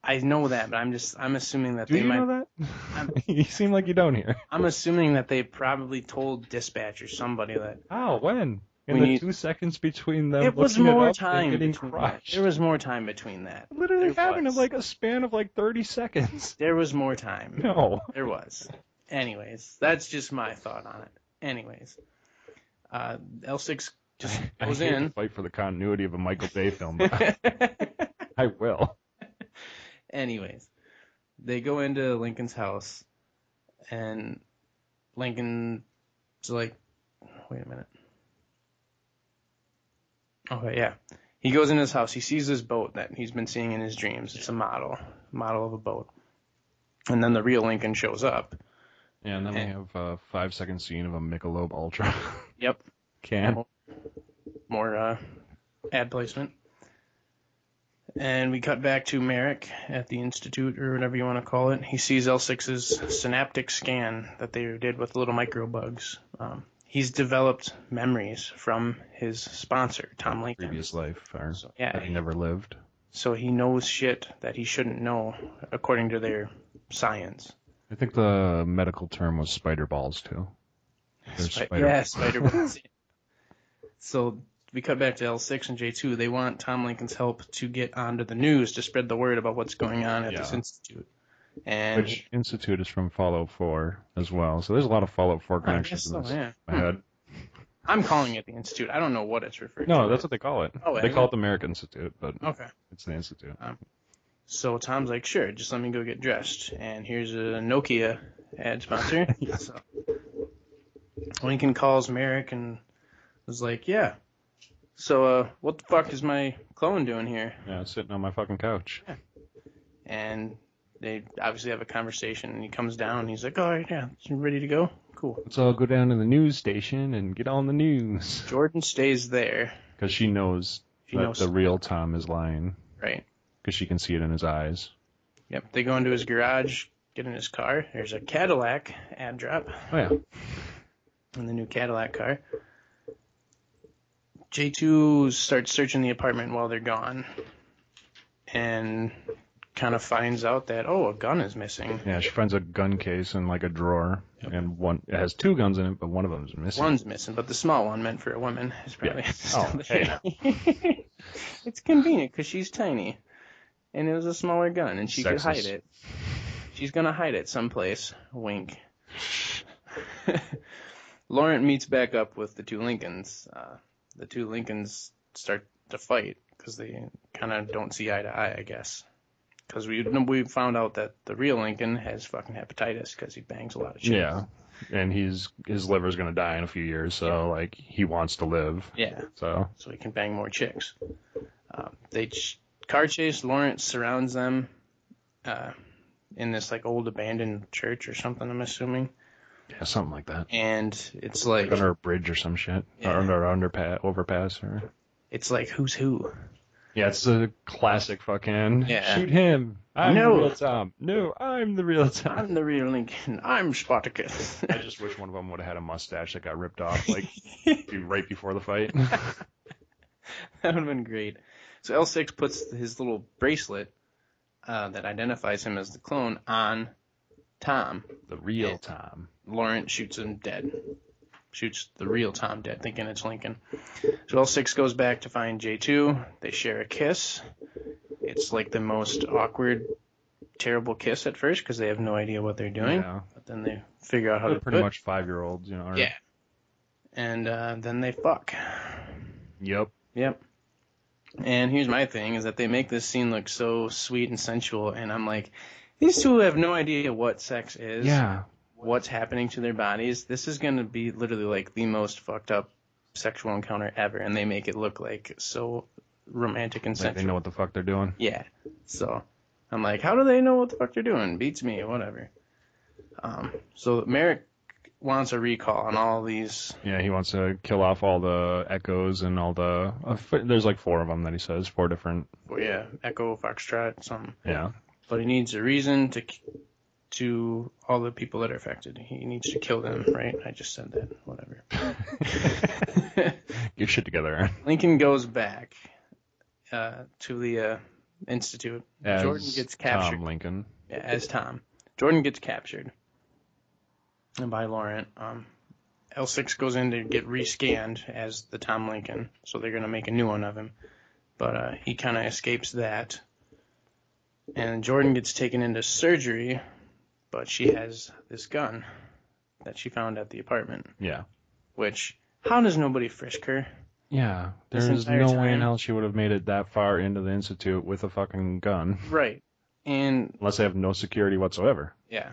I know that, but I'm just I'm assuming that Do they you might. know that? [LAUGHS] you seem like you don't here. I'm assuming that they probably told dispatch or somebody that How? When? In We the need- two seconds between them, it was looking it more up time and getting between crushed. there was more time between that. literally there happened was. in like a span of like 30 seconds. [LAUGHS] There was more time. No. There was. Anyways, that's just my thought on it. Anyways, uh, L6 just [LAUGHS] I goes hate to in. fight for the continuity of a Michael Bay film. [LAUGHS] but [LAUGHS] I will. Anyways, they go into Lincoln's house, and Lincoln's like, wait a minute. Okay, yeah. He goes in his house. He sees this boat that he's been seeing in his dreams. It's a model, model of a boat. And then the real Lincoln shows up. And then we Okay. have a five second scene of a Michelob Ultra [LAUGHS] Yep. can. more uh, ad placement. And we cut back to Merrick at the Institute or whatever you want to call it. He sees L6's synaptic scan that they did with little microbugs. Um, he's developed memories from his sponsor, Tom Lincoln. Previous life, or So, yeah. that he never lived. So he knows shit that he shouldn't know according to their science. I think the medical term was spider balls too. There's Spi- spider- [LAUGHS] Yeah, Spider Man's. so we cut back to L6 and J2. They want Tom Lincoln's help to get onto the news to spread the word about what's going on at this Yeah. institute. And Which Institute is from Fallout 4 as well. So there's a lot of Fallout 4 I connections guess so, in this. yeah. My head. I'm calling it the institute. I don't know what it's referred to. No, that's what they call it. Oh, they is call it? it the American Institute, but okay. it's the Institute. So Tom's like, sure, just let me go get dressed. And here's a Nokia ad sponsor. [LAUGHS] so Lincoln calls Merrick and is like, yeah. So uh, what the fuck is my clone doing here? Yeah, sitting on my fucking couch. and they obviously have a conversation and he comes down and he's like all right yeah you ready to go cool Let's all go down to the news station and get on the news. jordan stays there Because she knows She that knows. the real Tom is lying. right Because she can see it in his eyes. yep they go into his garage get in his car there's a cadillac ad drop Oh, yeah. in the new cadillac car j2 starts searching the apartment while they're gone and kind of finds out that oh a gun is missing Yeah, she finds a gun case in like a drawer, and one it has two guns in it, but one of them is missing. one's missing but the small one meant for a woman is probably Yeah. [LAUGHS] still Oh, there. [LAUGHS] it's convenient because she's tiny, and it was a smaller gun, and she could Sexist. hide it. She's gonna hide it someplace. Wink. [LAUGHS] Laurent meets back up with the two Lincolns. Uh, the two Lincolns start to fight because they kind of don't see eye to eye, I guess. Because we we found out that the real Lincoln has fucking hepatitis because he bangs a lot of shit. Yeah, and he's his liver's gonna die in a few years, so like he wants to live. Yeah. So so he can bang more chicks. Um, they ch- car chase. Lawrence surrounds them uh, in this like old abandoned church or something. I'm assuming, yeah, something like that. and it's like Under a bridge or some shit, Yeah. or under an underpass, overpass, or it's like who's who. yeah, it's a classic fucking Yeah. shoot him. I'm No. the real Tom. No, I'm the real Tom. I'm the real Lincoln. I'm Spartacus. [LAUGHS] I just wish one of them would have had a mustache that got ripped off, like be- right before the fight. yeah, that would have been great. So L6 puts his little bracelet uh, that identifies him as the clone on Tom. the real Tom. Laurent shoots him dead. Shoots the real Tom dead, thinking it's Lincoln. So L6 goes back to find J2. They share a kiss. It's like the most awkward, terrible kiss at first because they have no idea what they're doing. Yeah. But then they figure out how They're to pretty do much five year olds, you know. or- it. Yeah. And uh, then they fuck. Yep. Yep. And here's my thing is that they make this scene look so sweet and sensual, and I'm like, these two have no idea what sex is. Yeah. what's happening to their bodies, this is going to be literally like the most fucked up sexual encounter ever, and they make it look like so romantic and Like they sensual. know what the fuck they're doing. Yeah. So I'm like, how do they know what the fuck they're doing? Beats me, whatever. Um, so Merrick wants a recall on all these. Yeah, he wants to kill off all the echoes and all the. Uh, f- there's like four of them that he says, four different. well, oh, Yeah, Echo, Foxtrot, some. [LAUGHS] Yeah. But he needs a reason to k- to all the people that are affected. He needs to kill them, right? I just said that. Whatever. [LAUGHS] Get shit together. Aaron. Lincoln goes back uh, to the uh, institute. As Jordan gets captured Tom Lincoln. yeah, as Tom. Jordan gets captured by Laurent. Um, L6 goes in to get rescanned as the Tom Lincoln, so they're going to make a new one of him. But uh, he kind of escapes that. And Jordan gets taken into surgery, but she has this gun that she found at the apartment, Yeah. which, how does nobody frisk her? Yeah. This There is entire no way in time- hell she would have made it that far into the institute with a fucking gun. Right. And Unless they have no security whatsoever. Yeah.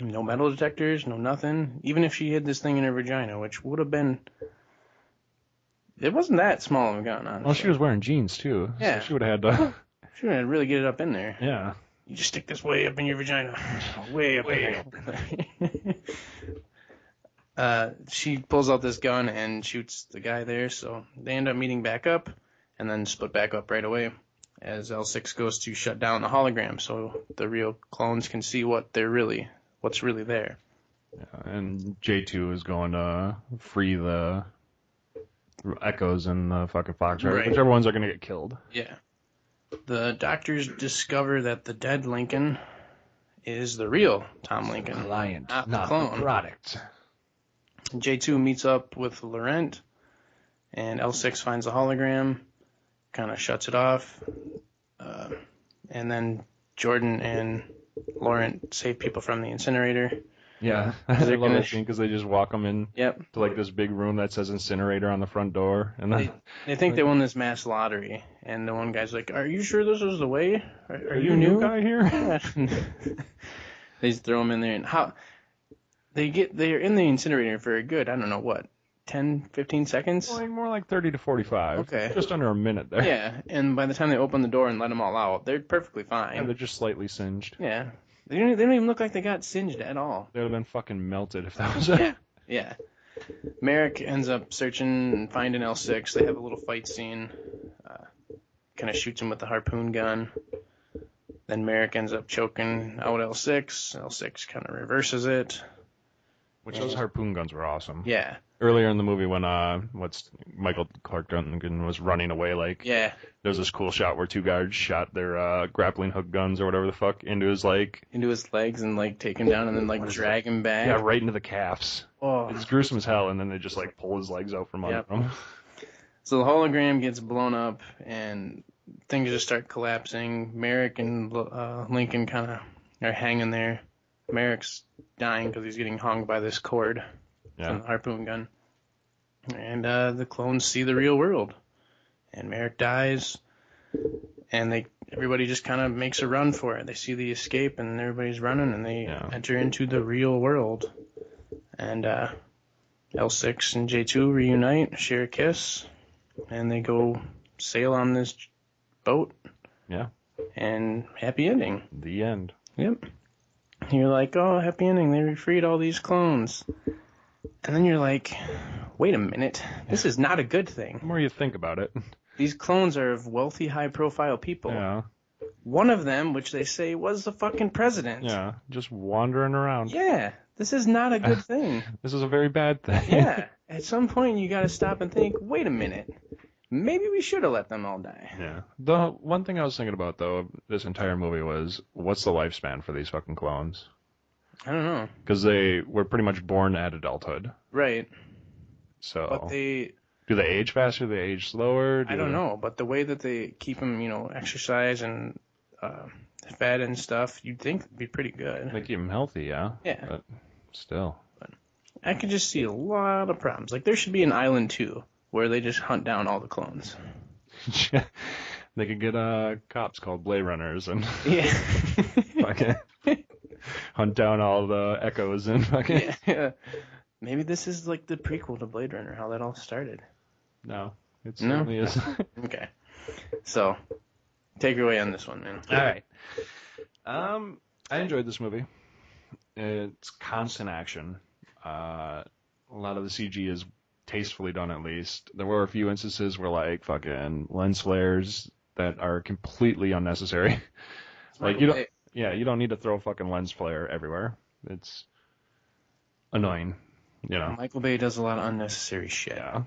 No metal detectors, no nothing. Even if she hid this thing in her vagina, which would have been. It wasn't that small of a gun, honestly. Well, she was wearing jeans too. so Yeah. she would have [LAUGHS] had to. She would really get it up in there. Yeah. You just stick this way up in your vagina. Way up Way in there. [LAUGHS] uh, she pulls out this gun and shoots the guy there, so they end up meeting back up and then split back up right away as L6 goes to shut down the hologram so the real clones can see what they're really, what's really there. And J2 is going to free the echoes and the fucking fox, right? Right. Whichever ones are going to get killed. Yeah. The doctors discover that the dead Lincoln is the real Tom Lincoln. Client, Not not, the the clone. product. J2 meets up with Laurent, and L6 finds a hologram, kind of shuts it off, uh, and then Jordan and Laurent save people from the incinerator. [LAUGHS] Yeah. They're I love gonna- that scene because they just walk them in Yep. to like this big room that says incinerator on the front door. And then, They think they won this mass lottery, and the one guy's like, "Are you sure this is the way? Are, [LAUGHS] are, you new?" guy [LAUGHS] here? Yeah. [LAUGHS] they just throw them in there and how they get they're in the incinerator for a good I don't know what 10 15 seconds. Well, like, more like 30 to 45. Okay. Just under a minute there. Yeah, and by the time they open the door and let them all out, they're perfectly And fine. they're just slightly singed. Yeah, they don't, they don't even look like they got singed at all. They would have been fucking melted if that was it. [LAUGHS] Yeah. Yeah, Merrick ends up searching and finding L6. They have a little fight scene. Uh, kind of shoots him with the harpoon gun. Then Merrick ends up choking out L6. L6 kind of reverses it. [LAUGHS] Which those harpoon guns were awesome. Yeah, Earlier in the movie when uh what's Michael Clark Duncan was running away like yeah. there's this cool shot where two guards shot their uh grappling hook guns or whatever the fuck into his like into his legs and like take him down and then like drag him back. yeah, right into the calves. Oh. It's gruesome as hell and then they just like pull his legs out from under Yep. him. [LAUGHS] So the hologram gets blown up and things just start collapsing. Merrick and uh, Lincoln kind of are hanging there. Merrick's dying because he's getting hung by this cord from Yeah. the harpoon gun. And uh, the clones see the real world, and Merrick dies. And they everybody just kind of makes a run for it. They see the escape, and everybody's running, and they Yeah. enter into the real world. And uh, L6 and J2 reunite, share a kiss, and they go sail on this boat. Yeah. And happy ending. The end. Yep. You're like, oh, happy ending. They freed all these clones. And then you're like, wait a minute. This is not a good The thing. more you think about it. These clones are of wealthy, high profile people. Yeah. One of them, which they say was the fucking president. Yeah. Just wandering around. Yeah. This is not a [LAUGHS] good thing. This is a very bad thing. yeah. At some point, you got to stop and think, wait a minute. Maybe we should have let them all die. [LAUGHS] Yeah. The one thing I was thinking about though, this entire movie was what's the lifespan for these fucking clones? I don't know. Because they were pretty much born at adulthood. Right. So Oh. But they, do they age faster? Do they age slower? Do I don't they- know, but the way that they keep them, you know, exercise and uh, fed and stuff, you'd think would be pretty good. They keep them healthy, yeah. Yeah. But still, [LAUGHS] I could just see a lot of problems. Like there should be an island too, where they just hunt down all the clones. they could get uh cops called Blade Runners [LAUGHS] and [LAUGHS] Yeah. fucking [LAUGHS] hunt down all the echoes and fucking [LAUGHS] yeah. Maybe this is like the prequel to Blade Runner, how that all started. [LAUGHS] no. It No. certainly [LAUGHS] is. Okay. So, take it away on this one, man. All right. Um, I enjoyed this movie. It's constant action. Uh, a lot of the CG is tastefully done, at least. There were a few instances where, like, fucking lens flares that are completely unnecessary. [LAUGHS] Like, you don't- yeah, you don't need to throw a fucking lens flare everywhere. It's annoying, you know. Michael Bay does a lot of unnecessary shit. Yeah.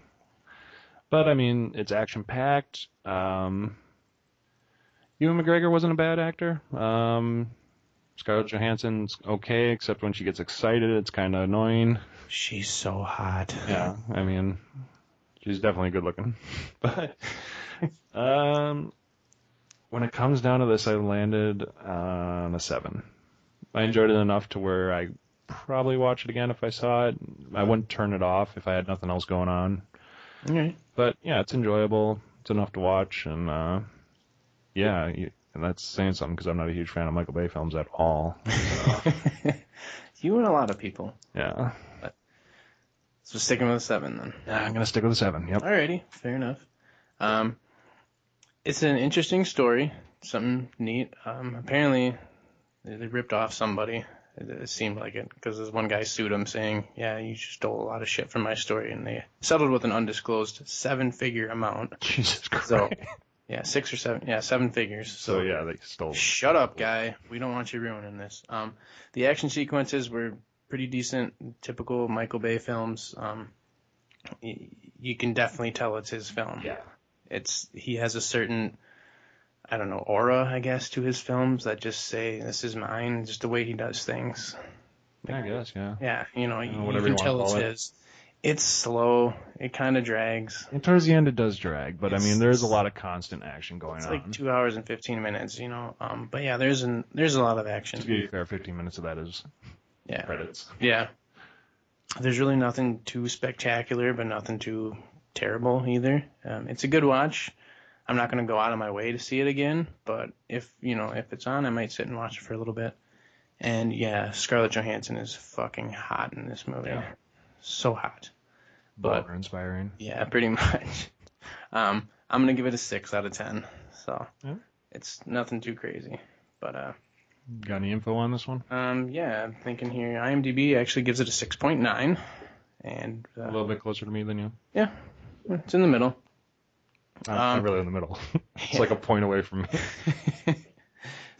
But I mean, it's action packed. Um, Ewan McGregor wasn't a bad actor. Um, Scarlett Johansson's okay, except when she gets excited, it's kind of annoying. She's so hot. Yeah, I mean, she's definitely good looking. [LAUGHS] But um, when it comes down to this, I landed on a seven. I enjoyed it enough to where I probably watch it again if I saw it. I wouldn't turn it off if I had nothing else going on. Alright. But yeah, it's enjoyable. It's enough to watch, and uh, yeah, you, and that's saying something because I'm not a huge fan of Michael Bay films at all. [LAUGHS] You and a lot of people. Yeah, So sticking with a seven then. Yeah, I'm gonna stick with a seven. [LAUGHS] Yep. Alrighty, fair enough. Um, it's an interesting story, something neat. Um, apparently, they, they ripped off somebody. It, it seemed like it because this one guy sued him, saying, "Yeah, you stole a lot of shit from my story," and they settled with an undisclosed seven-figure amount. Jesus Christ. So, yeah, six or seven, yeah, seven figures. So yeah, they stole. Shut up, guy. We don't want you ruining this. Um, the action sequences were pretty decent, typical Michael Bay films. Um, y- you can definitely tell it's his film. Yeah. It's he has a certain, I don't know, aura, I guess, to his films that just say this is mine. Just the way he does things. Yeah, I guess. Yeah. Yeah, you know, you, you whatever can you wanna tell it's call it. his. It's slow. It kind of drags. And towards the end, it does drag, but I It's- mean, there is a lot of constant action going It's on. like two hours and fifteen minutes, you know. Um, but yeah, there's an there's a lot of to action. be fair, 15 minutes of that is Yeah. credits. Yeah. There's really nothing too spectacular, but nothing too terrible either. Um, it's a good watch. I'm not going to go out of my way to see it again, but if you know if it's on, I might sit and watch it for a little bit. And yeah, Scarlett Johansson is fucking hot in this movie. Yeah. So hot. But- But inspiring. Yeah, pretty [LAUGHS] much. Um, I'm gonna give it a six out of ten. So Yeah. it's nothing too crazy. But uh, Got any info on this one? um, yeah, I'm thinking here. IMDb actually gives it a six point nine, and A uh, little bit closer to me than you. Yeah, Hmm. it's in the middle. I'm Um, I'm really in the middle. [LAUGHS] [LAUGHS] it's like a point away from me.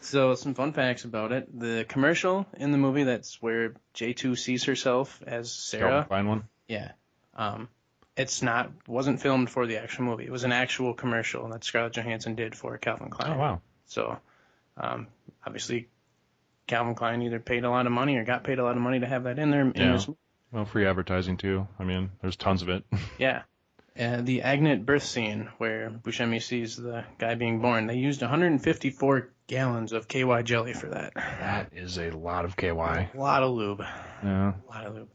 So some fun facts about it: the commercial in the movie that's where J two sees herself as Sarah. Find one. Yeah, um, it's not wasn't filmed for the actual movie. It was an actual commercial that Scarlett Johansson did for Calvin Klein. Oh wow. So um, obviously, Calvin Klein either paid a lot of money or got paid a lot of money to have that in there. in Yeah. this- Well, free advertising too. I mean, there's tons of it. Yeah. Uh, the Agnet birth scene where Buscemi sees the guy being born, they used 154 gallons of KY jelly for that. that is a lot of KY. A lot of lube. Yeah. A lot of lube.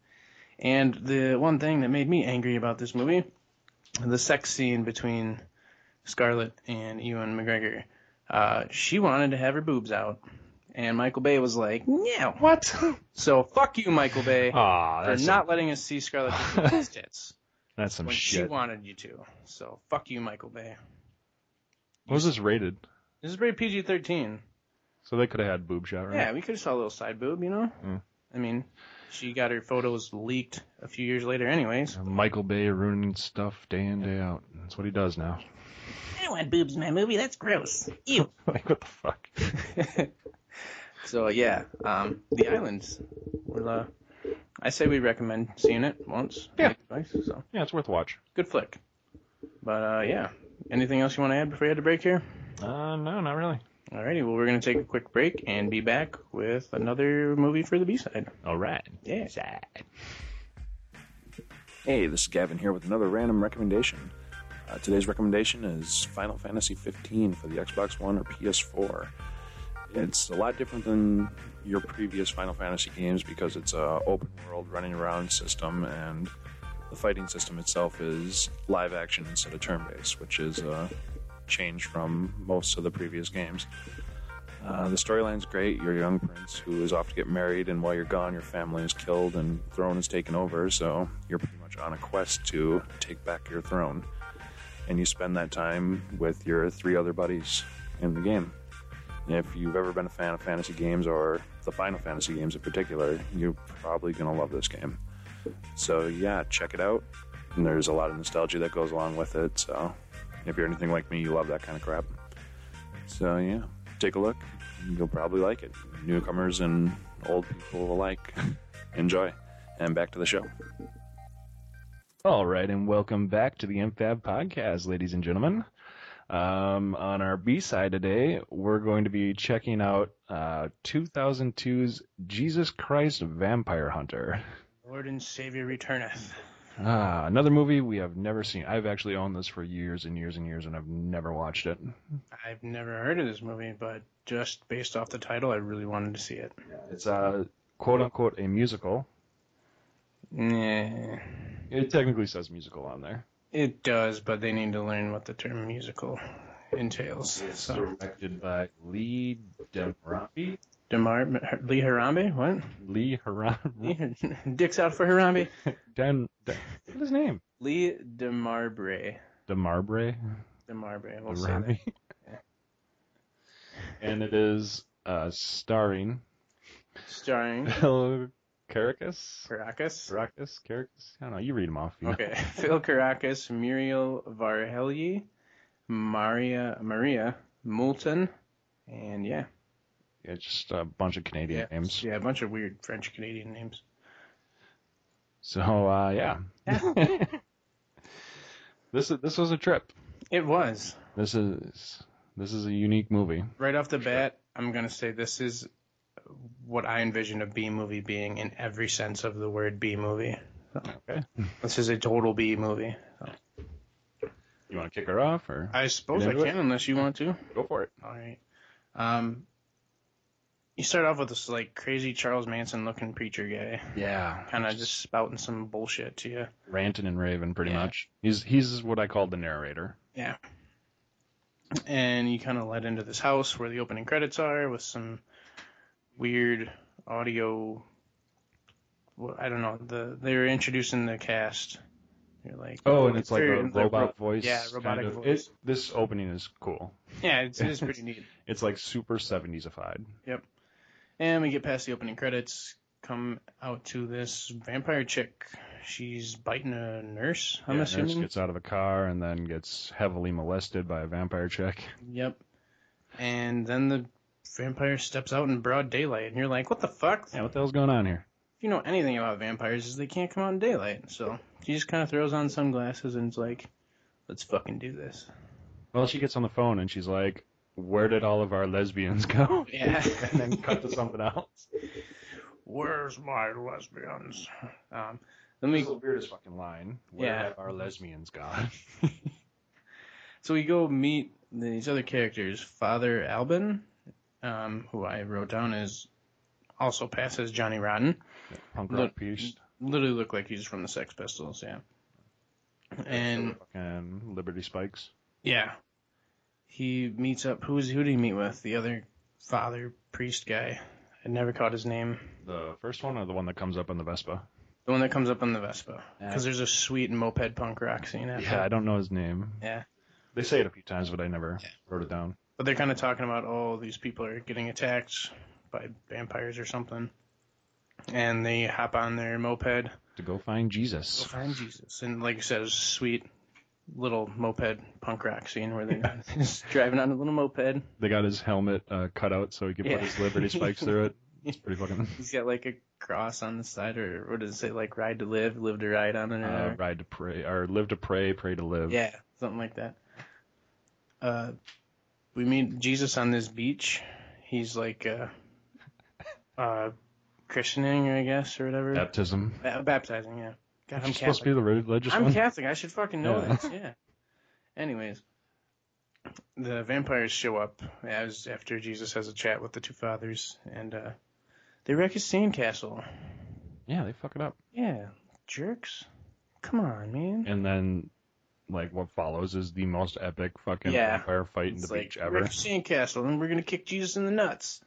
And the one thing that made me angry about this movie, the sex scene between Scarlett and Ewan McGregor. Uh, she wanted to have her boobs out, and Michael Bay was like, "Yeah, what?" [LAUGHS] So fuck you, Michael Bay, Ah, for that's not letting us see Scarlett [LAUGHS] Johansson's tits some, that's some when she shit. wanted you to. So fuck you, Michael Bay. What was this rated? This is very PG-13. So they could have had boob shot, right? Yeah, we could have saw a little side boob, you know. Mm. I mean, she got her photos leaked a few years later, anyways. Michael Bay ruining stuff day in day out. That's what he does now. [LAUGHS] I don't want boobs in my movie. That's gross. Ew. like what the fuck? [LAUGHS] so yeah, um, the islands. Well, uh, I say we recommend seeing it once. Yeah. maybe Twice, so Yeah, it's worth a watch. good flick. But uh, yeah, anything else you want to add before you had to break here? Uh, no, not really. Alrighty, well we're gonna take a quick break and be back with another movie for the B side. All right. Yeah. Hey, this is Gavin here with another random recommendation. Uh, today's recommendation is Final Fantasy 15 for the Xbox One or PS4. It's a lot different than your previous Final Fantasy games because it's a open world running around system, and the fighting system itself is live action instead of turn based, which is a change from most of the previous games. Uh, the storyline's great. You're a young prince who is off to get married, and while you're gone, your family is killed and throne is taken over. So you're pretty much on a quest to take back your throne, and you spend that time with your three other buddies in the game. And if you've ever been a fan of fantasy games or the Final Fantasy games in particular, you're probably gonna love this game. So yeah, check it out. And there's a lot of nostalgia that goes along with it. So if you're anything like me, you love that kind of crap. So yeah, take a look. You'll probably like it. Newcomers and old people alike. [LAUGHS] Enjoy. And back to the show. All right, and welcome back to the MFAB podcast, ladies and gentlemen. Um, on our B side today, we're going to be checking out uh, 2002's Jesus Christ Vampire Hunter. Lord and Savior returneth. Ah, another movie we have never seen. I've actually owned this for years and years and years, and I've never watched it. I've never heard of this movie, but just based off the title, I really wanted to see it. It's uh, quote unquote a musical. Yeah, It technically says musical on there. it does, but they need to learn what the term musical entails. So, directed by Lee Demarambi. Demar Lee Harambe, what? Lee Haram. [LAUGHS] Dick's out for Harambe. Dan. Dan- What's his name? [LAUGHS] Lee Demarbre. Demarbre. Demarbre. We'll say that. Rami. and it is uh, starring [LAUGHS] Starring Phil Caracas. [LAUGHS] Caracas. Caracas. Caracas. I don't know. You read them off. you know. Okay, [LAUGHS] Phil Caracas, Muriel Varhelyi, Maria Maria Moulton, and yeah, Yeah, just a bunch of Canadian yeah, names. yeah, a bunch of weird French Canadian names. So uh, [LAUGHS] yeah. this is, this was a trip. It was This is this is a unique movie. right off the bat. I'm gonna say this is what I envision a B movie being in every sense of the word B movie. Okay. This is a total B movie. You want to kick her off or I suppose I Get into can unless you want to. go for it? All right. Um, you start off with this like crazy Charles Manson looking preacher guy, Yeah. kind of just spouting some bullshit to you. ranting and raving pretty Yeah. much. He's he's what I call the narrator. Yeah. And you kind of led into this house where the opening credits are with some weird audio. Well, I don't know. The they were introducing the cast. They're like, Oh, they're- they're ro- Yeah, robotic kind of- voice. it- this opening is cool. yeah, it's, it's pretty neat. It's like super 70s-ified. And we get past the opening credits, come out to this vampire chick. She's biting a nurse, I'm Yeah, nurse assuming. gets out of a car and then gets heavily molested by a vampire chick. [LAUGHS] Yep. And then the vampire steps out in broad daylight, and you're like, what the fuck? Yeah, what the hell's going on here? If you know anything about vampires, is they can't come out in daylight. So she just kind of throws on sunglasses and is like, let's fucking do this. Well, she gets on the phone and she's like, "Where did all of our lesbians go?" [LAUGHS] Yeah. [LAUGHS] and then cut to something else. Where's my lesbians? Um, [LAUGHS] let me It's the weirdest fucking line. Where Yeah. have our lesbians gone? [LAUGHS] So we go meet these other characters. Father Albin, um, who I wrote down as also passed as Johnny Rotten. Punk Look, rock piece. Literally looked like he's from the Sex Pistols, yeah. And Fucking Liberty Spikes. yeah, he meets up. Who's who? Do he meet with the other father priest guy? I never caught his name. The first one or the one that comes up in the Vespa? The one that comes up on the Vespa, Yeah. because there's a sweet moped punk rock scene. After. Yeah, I that. don't know his name. Yeah. They say it a few times, but I never Yeah. wrote it down. But they're kind of talking about, oh, these people are getting attacked by vampires or something. And they hop on their moped, To go find go Jesus. find Jesus. And like I said, it was a sweet little moped punk rock scene where they're just driving on a little moped. They got his helmet uh, cut out so he could Yeah. put his liberty spikes through it. It's [LAUGHS] pretty fucking. He's got like a cross on the side, or what does it say, like ride to live, live to ride on it? Or Uh, ride to pray, or live to pray, pray to live. Yeah, something like that. Uh, we meet Jesus on this beach. He's like uh, uh, christening, I guess, or whatever. Baptism. Ba- baptizing, yeah. God, I'm You're supposed to be Catholic. the religious I'm one. Catholic. I should fucking know Yeah. this. Yeah. Anyways, the vampires show up as after Jesus has a chat with the two fathers, and uh, they wreck his sandcastle. yeah, they fuck it up. Yeah, jerks. Come on, man. And then, like, what follows is the most epic fucking Yeah. vampire fight in the It's beach like, [LAUGHS] ever. Wreck your sandcastle, and we're gonna kick Jesus in the nuts.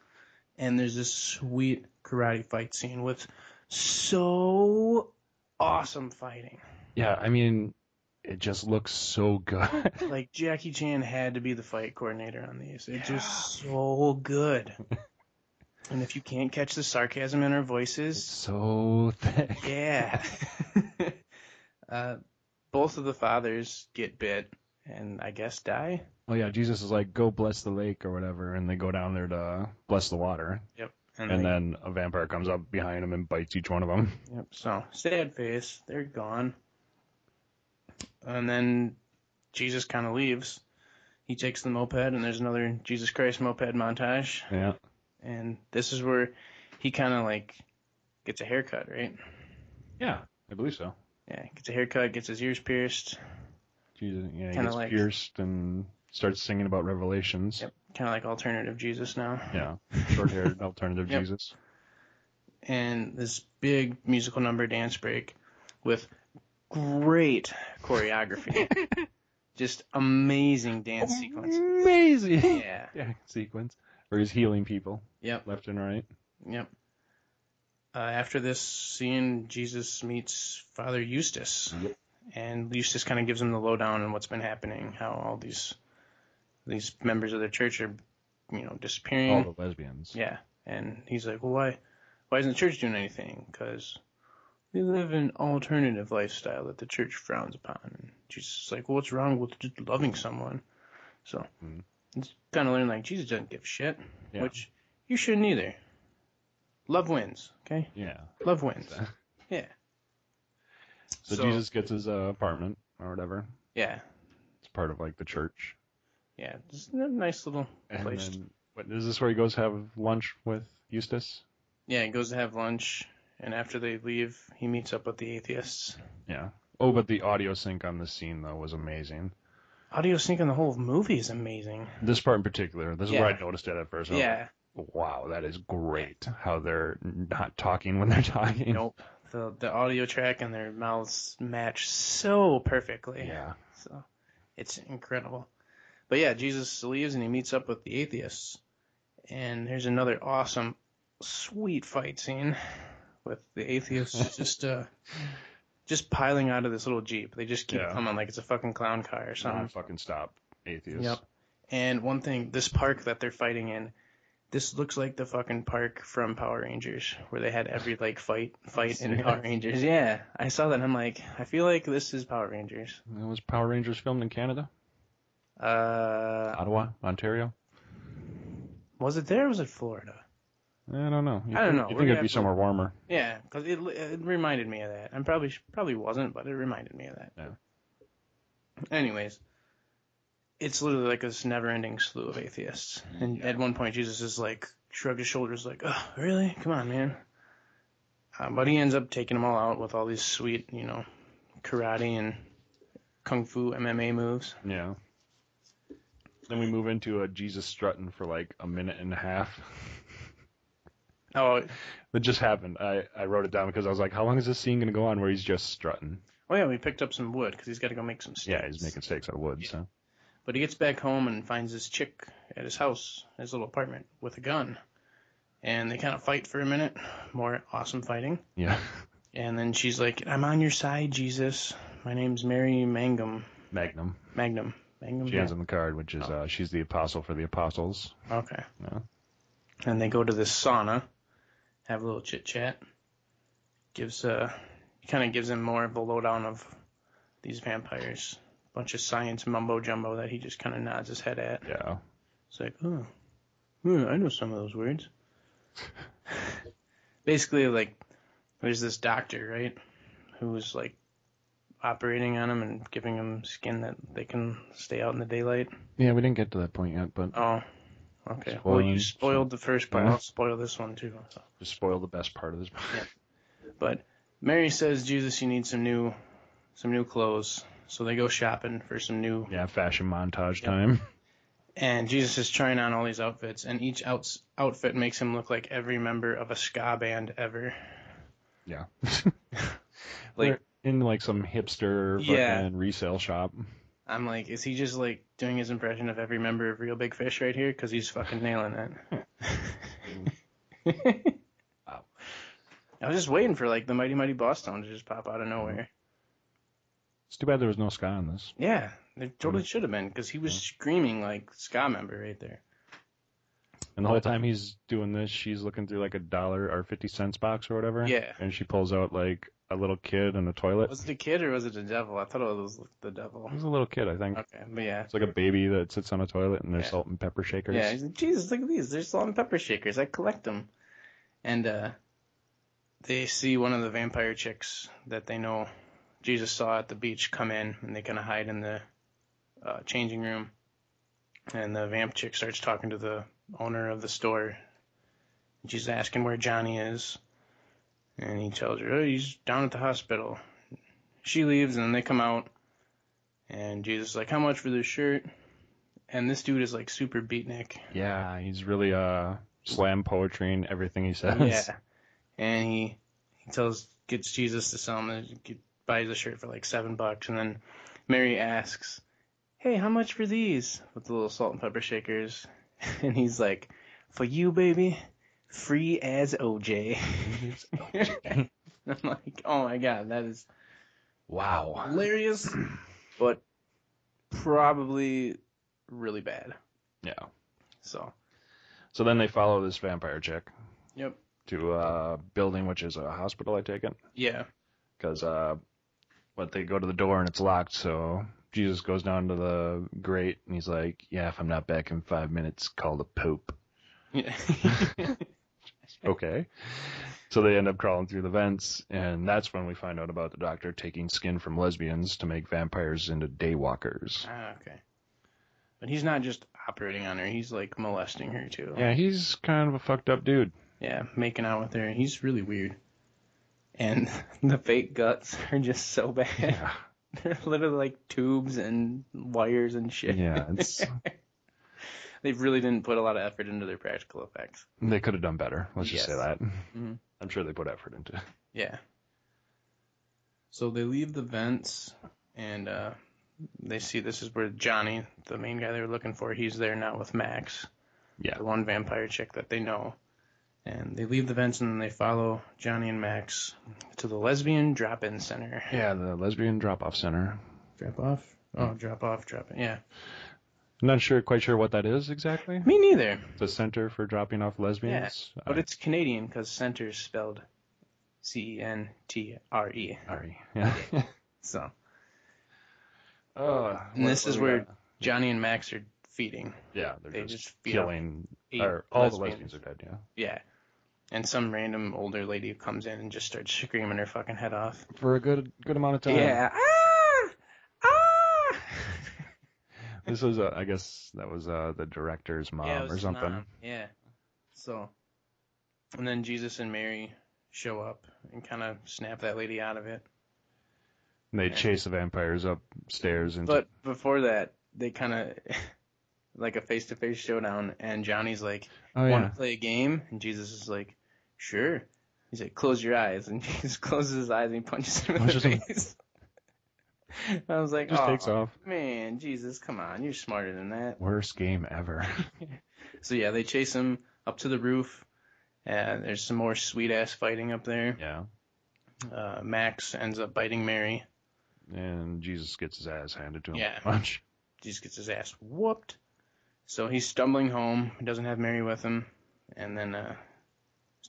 And there's this sweet karate fight scene with so awesome fighting. Yeah, I mean, it just looks so good. [LAUGHS] like Jackie Chan had to be the fight coordinator on these. It's just Yeah. so good. and if you can't catch the sarcasm in our it's voices, so thick. yeah. [LAUGHS] uh, both of the fathers get bit and I guess die. Oh yeah, Jesus is like, go bless the lake or whatever, and they go down there to bless the water, and they- then a vampire comes up behind them and bites each one [LAUGHS] of them. Yep. So sad face. They're gone. And then Jesus kind of leaves. He He takes the moped, and there's another Jesus Christ moped montage. Yeah. And this is where he kind of like gets a haircut, right? Yeah, I believe so. Yeah, gets a haircut, gets his ears pierced, Jesus, yeah, he Kinda gets like- pierced and starts singing about revelations. Yep. kind of like alternative Jesus now. [LAUGHS] Yeah, short-haired alternative Yep. [LAUGHS] Jesus. and this big musical number dance break with great choreography. Just amazing dance [LAUGHS] sequence. Amazing. Yeah. [LAUGHS] yeah, sequence where he's healing people Yep. left and right. Yep. Uh, after this scene, Jesus meets Father Eustace, and Eustace kind of gives him the lowdown on what's been happening, how all these these members of the church are, you know, disappearing. All the lesbians. Yeah, and he's like, well, why, why isn't the church doing anything? Because we live an alternative lifestyle that the church frowns upon. And Jesus is like, well, what's wrong with just loving someone? So Mhm. it's kind of learning like Jesus doesn't give a shit, Yeah. which you shouldn't either. Love wins, okay? Yeah. Love wins. Yeah. So, Jesus gets his uh, apartment or whatever. Yeah, It's part of like the church. yeah, it's a nice little And place. then, what, is this where he goes have lunch with Eustace? Yeah, he goes to have lunch, and after they leave, he meets up with the atheists. Yeah. Oh, but the audio sync on this scene though was amazing. Audio sync in the whole movie is amazing. This part in particular, this is where Yeah. I noticed it at first. I was Yeah. like, wow, that is great. How they're not talking when they're [LAUGHS] talking. Nope. The the audio track and their mouths match so perfectly. Yeah. So it's incredible. But yeah, Jesus leaves and he meets up with the atheists. And there's another awesome, sweet fight scene with the [LAUGHS] atheists just uh just piling out of this little jeep. They just keep Yeah. coming like it's a fucking clown car or something. Not fucking stop, atheist. Yep. And one thing, this park that they're fighting in, this looks like the fucking park from Power Rangers, where they had every like fight fight in Power Rangers. Yeah, I saw that. and I'm like, I feel like this is Power Rangers. It was Power Rangers filmed in Canada, Uh, Ottawa, Ontario. was it there? or Was it Florida? I don't know. You I don't know. think- You We're think gonna it'd be have to- somewhere warmer? Yeah, because it, it reminded me of that. I probably probably wasn't, but it reminded me of that. Yeah. Anyways, it's literally like this never-ending slew of atheists, and at one point Jesus is like shrugged his shoulders, like, "Oh, really? Come on, man." Uh, but he ends up taking them all out with all these sweet, you know, karate and kung fu MMA moves. Yeah. Then we move into a Jesus strutting for like a minute and a half. [LAUGHS] Oh, that just happened. I, I wrote it down because I was like, how long is this scene gonna go on where he's just strutting? oh yeah, we picked up some wood because he's got to go make some. Yeah, sticks. he's making stakes out of wood. So But he gets back home and finds this chick at his house, his little apartment, with a gun. And they kind of fight for a minute. More awesome fighting. yeah, [LAUGHS] And then she's like, I'm on your side, Jesus. My name's Mary Mangum. Magnum. Magnum. Mangum. She hands him the card, which is uh, she's the apostle for the apostles. Okay. Yeah. And they go to this sauna, have a little chit chat. Gives uh kind of gives him more of the lowdown of these vampires. Bunch of science mumbo jumbo that he just kind of nods his head at. Yeah. It's like, oh, hmm, I know some of those words. [LAUGHS] Basically, like, there's this doctor, right, who is like operating on him and giving him skin that they can stay out in the daylight. Yeah, we didn't get to that point yet, but Oh, okay. Well, you Spoiling. spoiled the first part. Yeah. I'll spoil this one too. just spoil the best part of this. But Mary says, Jesus, you need some new, some new clothes. So they go shopping for some new [LAUGHS] yeah, fashion montage time. and Jesus is trying on all these outfits, and each outs- outfit makes him look like every member of a ska band ever. Yeah. Like, They're in [LAUGHS] like some hipster fucking Yeah. resale shop. I'm like, is he just like doing his impression of every member of Real Big Fish right here? Because he's fucking nailing it. Wow. I was just waiting for like the Mighty Mighty Boss Stone to just pop out of nowhere. It's too bad there was no sky on this. Yeah, it totally should have been because he was screaming like ska member right there. And the whole time he's doing this, she's looking through like a dollar or fifty cents box or whatever. Yeah. And she pulls out like a little kid and a toilet. Was it a kid or was it a devil? I thought it was the devil. It was a little kid, I think. Okay, but yeah. It's like a baby that sits on a toilet and there's Yeah. salt and pepper shakers. Yeah, he's like, Jesus, look at these. They're salt and pepper shakers. I collect them. And uh, they see one of the vampire chicks that they know Jesus saw at the beach come in, and they kind of hide in the uh, changing room. and the vamp chick starts talking to the owner of the store. And She's asking where Johnny is, and he tells her, "Oh, he's down at the hospital." She leaves, and then they come out, and Jesus is like, "How much for this shirt?" And this dude is like super beatnik. Yeah, he's really uh slam poetry and everything he says. Yeah. And he, he tells gets Jesus to sell him and get, buys a shirt for like seven bucks, and then Mary asks, "Hey, how much for these?" with the little salt and pepper shakers, [LAUGHS] and he's like, "For you, baby, free as OJ." [LAUGHS] I'm like, oh my god, that is [LAUGHS] Wow. hilarious, but probably really bad. Yeah. So, So then they follow this vampire chick yep, to a building which is a hospital, I take it, yeah, [LAUGHS] because uh, but they go to the door and it's locked. So Jesus goes down to the grate and he's like, "Yeah, if I'm not back in five minutes, call the Pope." yeah, okay. So they end up crawling through the vents, and that's when we find out about the doctor taking skin from lesbians to make vampires into daywalkers. ah, okay. But he's not just operating on her; he's like molesting her too. Yeah, he's kind of a fucked up dude. Yeah, making out with her. He's really weird. And [LAUGHS] the fake guts [LAUGHS] are just so bad. [LAUGHS] They're literally like tubes and wires and shit. Yeah, [LAUGHS] it's, They really didn't put a lot of effort into their practical effects. they could have done better. Let's just say Yes. Mm-hmm. that. I'm sure they put effort into. it. Yeah. So they leave the vents and uh, they see this is where Johnny, the main guy they were looking for, he's there now with Max. Yeah. The one vampire chick that they know. And they leave the vents and then they follow Johnny and Max to the lesbian drop in center. Yeah, the lesbian drop-off center. Drop off? Oh, drop off, drop in. Yeah. I'm not sure, quite sure what that is exactly. Me neither. The center for dropping off Yeah. lesbians. But I- it's Canadian because center's spelled C E N T R E. sorry. Yeah. So. [LAUGHS] oh, And what- this what is we where got? Johnny and Max are feeding. yeah they're They just, just feed off killing. eight Or all the lesbians. lesbians are dead. Yeah. Yeah. And some random older lady comes in and just starts screaming her fucking head off. For a good good amount of time. Yeah. Ah! Ah! this was uh, I guess that was uh, the director's mom yeah, it was or his something. mom. Yeah. So. And then Jesus and Mary show up and kind of snap that lady out of it. And they Yeah. chase the vampires upstairs and But before that, they kind of [LAUGHS] like a face to face showdown, and Johnny's like, oh "Want to yeah, play a game?" And Jesus is like, "Sure." He's like, "Close your eyes," and [LAUGHS] Jesus closes his eyes and he punches him in Punches the him. face. [LAUGHS] I was like, just "Aw, takes off. man, Jesus, come on, you're smarter than that." Worst game [LAUGHS] ever. So yeah, they chase him up to the roof. And there's some more sweet ass fighting up there. yeah. Uh, Max ends up biting Mary. And Jesus gets his ass handed to him. Yeah. Much. just gets his ass whooped. So he's stumbling home. He doesn't have Mary with him, and then uh,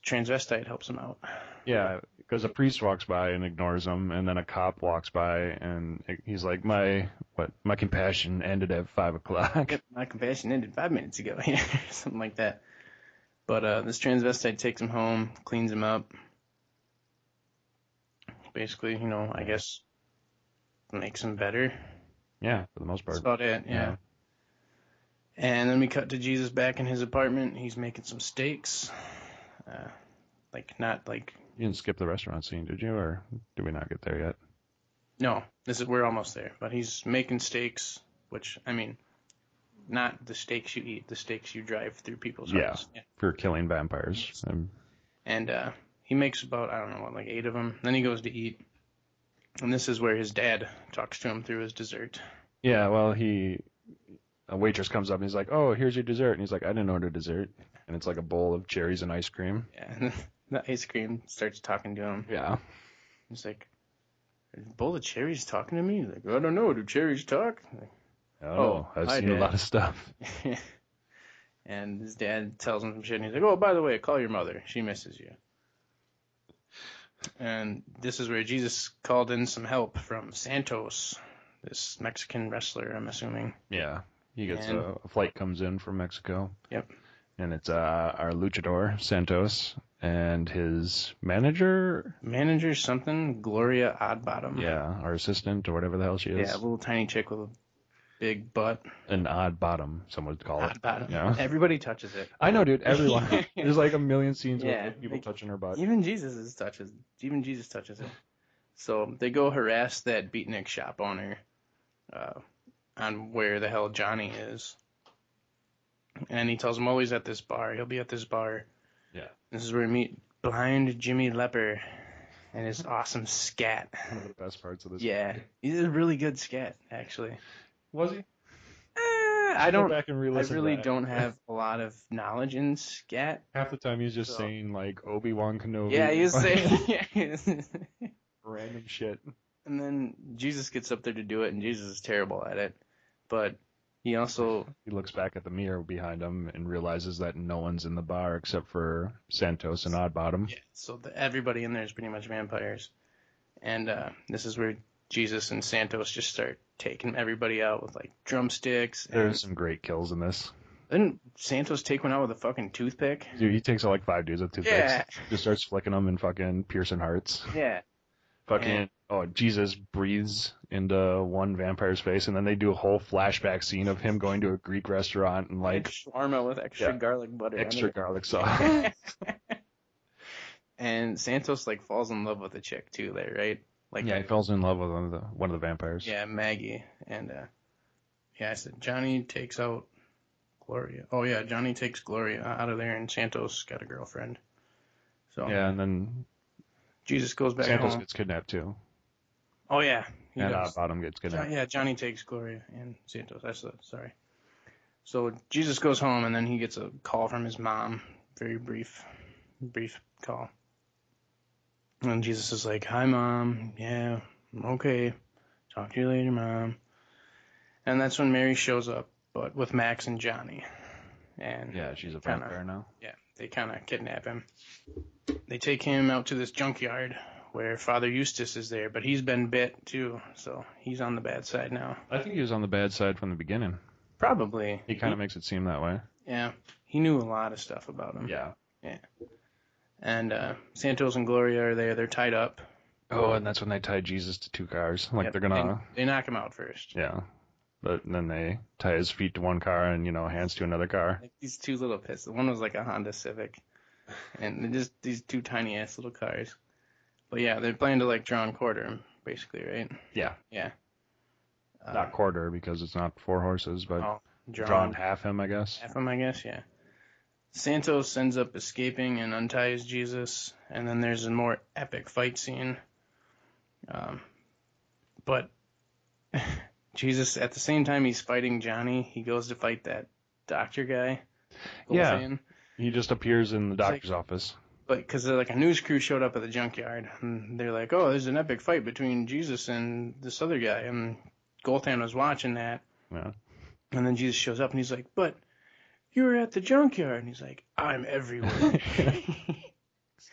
transvestite helps him out. [LAUGHS] Yeah, because a priest walks by and ignores him, and then a cop walks by and he's like, "My what? My compassion ended at five o'clock." Yep, my compassion ended five minutes ago, [LAUGHS] yeah, something like that. But uh, this transvestite takes him home, cleans him up. Basically, you know, I guess makes him better. [LAUGHS] Yeah, for the most That's part. about it, yeah. Yeah. And then we cut to Jesus back in his apartment. He's making some steaks, uh, like not like You didn't skip the restaurant scene, did you, or did we not get there yet? No, this is we're almost there. But he's making steaks, which I mean, not the steaks you eat, the steaks you drive through people's Yeah. houses. Yeah. For killing vampires. Um, And uh, he makes about I don't know what, like eight of them. Then he goes to eat, and this is where his dad talks to him through his dessert. yeah, well, he a waitress comes up and he's like, "Oh, here's your dessert," and he's like, "I didn't order dessert," and it's like a bowl of cherries and ice cream. Yeah, and [LAUGHS] the ice cream starts talking to him. Yeah. He's like, "Is a "Bowl of cherries talking to me?" He's like, "I don't know. Do cherries talk?" [LAUGHS] I Oh, don't know. I've hi, seen Dad. a lot of stuff. and his dad tells him some shit, and he's like, "Oh, by the way, call your mother. She misses you." And this is where Jesus called in some help from Santos, this Mexican wrestler, I'm assuming. Yeah. He gets And- a, a flight comes in from Mexico. Yep. and it's uh, our luchador Santos and his manager, Manager something, Gloria Oddbottom. yeah, our assistant or whatever the hell she is. Yeah, a little tiny chick with a big butt. An odd bottom, some would call it. Hot bottom. Oh, Yeah. Everybody touches it. I know, dude. Everyone. [LAUGHS] There's like a million scenes Yeah. with people touching her butt. Even Jesus is touches. Even Jesus touches it. So they go harass that beatnik shop owner uh, on where the hell Johnny is, and he tells him, "Oh, he's at this bar. He'll be at this bar." Yeah. This is where we meet blind Jimmy Leper and his awesome scat. [LAUGHS] One of the best parts of this. Yeah, he's a really good scat actually. Was he? Eh, I Go don't. back and I re-listen to really that. don't have a lot of knowledge in scat Half the time he's just So- saying like Obi Wan Kenobi. Yeah, he was [LAUGHS] like, saying. yeah, he was- [LAUGHS] [LAUGHS] and random shit. then Jesus gets up there to do it, and Jesus is terrible at it. But he [LAUGHS] also, He looks back at the mirror behind him and realizes that no one's in the bar except for Santos and Oddbottom. yeah, so the, everybody in there is pretty much vampires. And uh, this is where Jesus and Santos just start taking everybody out with like drumsticks. And There's some great kills in this. didn't Santos take one out with a fucking toothpick? Dude, he takes out like five dudes with toothpicks. Yeah. Just starts flicking them and fucking piercing hearts. Yeah. Fucking Yeah. oh Jesus breathes into one vampire's face, and then they do a whole flashback scene of him going to a Greek restaurant and Like like shawarma with extra Yeah. garlic butter. on extra it. garlic sauce. [LAUGHS] and Santos like falls in love with the chick too, there, right? [LAUGHS] Like yeah, he falls in love with one of the one of the vampires. Yeah, Maggie. And uh yeah, I said Johnny takes out Gloria. Oh yeah, Johnny takes Gloria out of there and Santos got a girlfriend. So Yeah, and then Jesus goes back Santos home. gets kidnapped too, oh yeah. He and uh, does. Bottom gets Jo- kidnapped. yeah, Johnny takes Gloria and Santos. That's the sorry. So Jesus goes home and then he gets a call from his mom. Very brief brief call. And Jesus is like, Hi mom, yeah, I'm okay. Talk to you later, mom. And that's when Mary shows up, but with Max and Johnny. And Yeah, she's a Kinda. vampire now. yeah, they kind of kidnap him. They take him out to this junkyard where Father Eustace is there, but he's been bit too, so he's on the bad side now. I think he was on the bad side from the beginning. Probably. He kind of makes it seem that way. Yeah, he knew a lot of stuff about him. Yeah. And uh, Santos and Gloria are there. They're tied up. Oh, and that's when they tie Jesus to two cars. Like Yep, they're gonna. They, they knock him out first. Yeah. But then they tie his feet to one car and you know hands to another car. Like these two little pits. The one was like a Honda Civic, and they're just these two tiny ass little cars. But yeah, they're planning to like draw and quarter him, basically, right? Yeah. Yeah. Uh, Not quarter because it's not four horses, but Oh, drawn half him, I guess. half of them, I guess. Yeah. Santos ends up escaping and unties Jesus, and then there's a more epic fight scene. Um, but [LAUGHS] Jesus, at the same time he's fighting Johnny, he goes to fight that doctor guy. Yeah. Golzan. He just appears in the like- [LAUGHS] doctor's office. But because like a news crew showed up at the junkyard, and they're like, "Oh, there's an epic fight between Jesus and this other guy," and Golthan was watching that, Yeah. and then Jesus shows up and he's like, But you were at the junkyard. And he's like, I'm [LAUGHS] everywhere.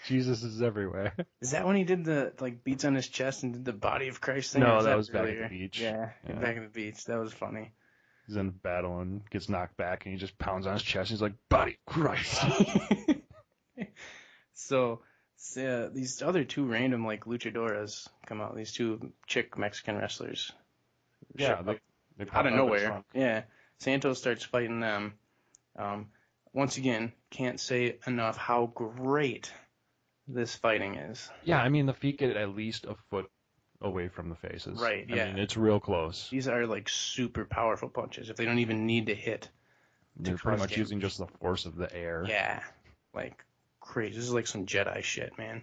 Jesus is everywhere. Is that when he did the like beats on his chest and did the body of Christ thing? No, Or that was back at the beach. Yeah, Yeah. back at the beach. That was funny. He's in battle and gets knocked back and he just pounds on his chest. He's like, Body [LAUGHS] of Christ. so, so, uh, these other two random like luchadoras come out. These two chick Mexican wrestlers yeah. They, they pop out up of as nowhere. drunk. Yeah, Santos starts fighting them. Um, once again, can't say enough how great this fighting is. Yeah, I mean the feet get at least a foot away from the faces. Right, I yeah. mean, it's real close. These are like super powerful punches. If they don't even need to hit, They're cause pretty much damage. using just the force of the air. yeah, like crazy. This is like some Jedi shit, man.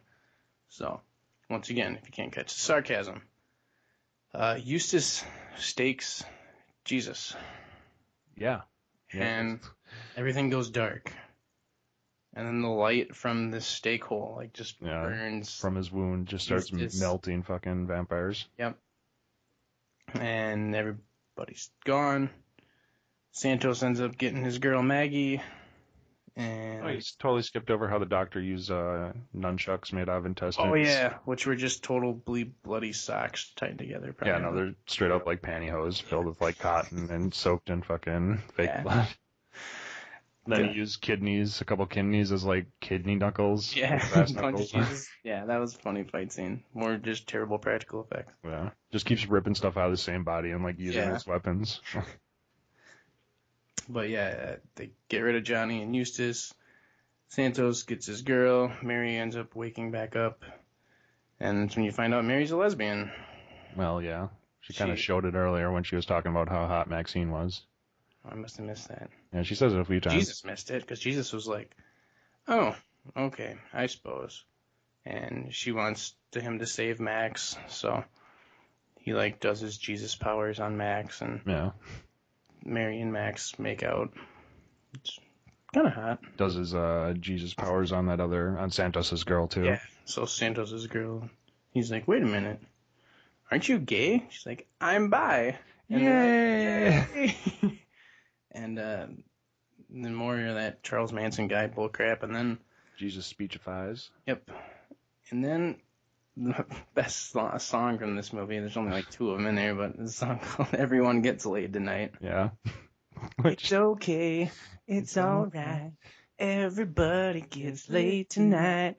So, once again, if you can't catch the sarcasm, uh, Eustace stakes Jesus, Yeah. Yeah. and everything goes dark. And then the light from this stake hole like just Yeah. burns, from his wound just starts He's just- melting fucking vampires. and everybody's gone. Santos ends up getting his girl Maggie, and Oh, he's totally skipped over how the doctor used uh, nunchucks made out of intestines. Oh yeah, which were just totally bloody socks tied together. Probably. Yeah, no, they're straight [LAUGHS] up like pantyhose filled with like cotton and soaked in fucking fake Yeah. blood. Then Yeah. he used kidneys, a couple kidneys as like kidney [LAUGHS] knuckles. Yeah, brass bunch of knuckles. cheeses. yeah, that was a funny fight scene. More just terrible practical effects. Yeah. Just keeps ripping stuff out of the same body and like using Yeah. [LAUGHS] his weapons. But yeah, uh, they get rid of Johnny and Eustace. Santos gets his girl. Mary ends up waking back up, and that's when you find out Mary's a lesbian. well, yeah. She kind of She- showed it earlier when she was talking about how hot Maxine was. I must have missed that. Yeah, she says it a few times. Jesus missed it because Jesus was like, "Oh, okay, I suppose," and she wants to him to save Max, so he like does his Jesus powers on Max, and Yeah. Mary and Max make out. It's kind of hot. Does his uh, Jesus powers on that other on Santos's girl too. Yeah. So Santos's girl, he's like, "Wait a minute, aren't you gay?" She's like, "I'm bi." And uh, Yay! and uh, then more of that Charles Manson guy bullcrap, and then Jesus speechifies. Yep. And then the [LAUGHS] best so- song from this movie, there's only like two of them in there, but the song [LAUGHS] called Everyone Gets Laid Tonight. [LAUGHS] Yeah. It's okay. It's alright. Everybody gets laid tonight.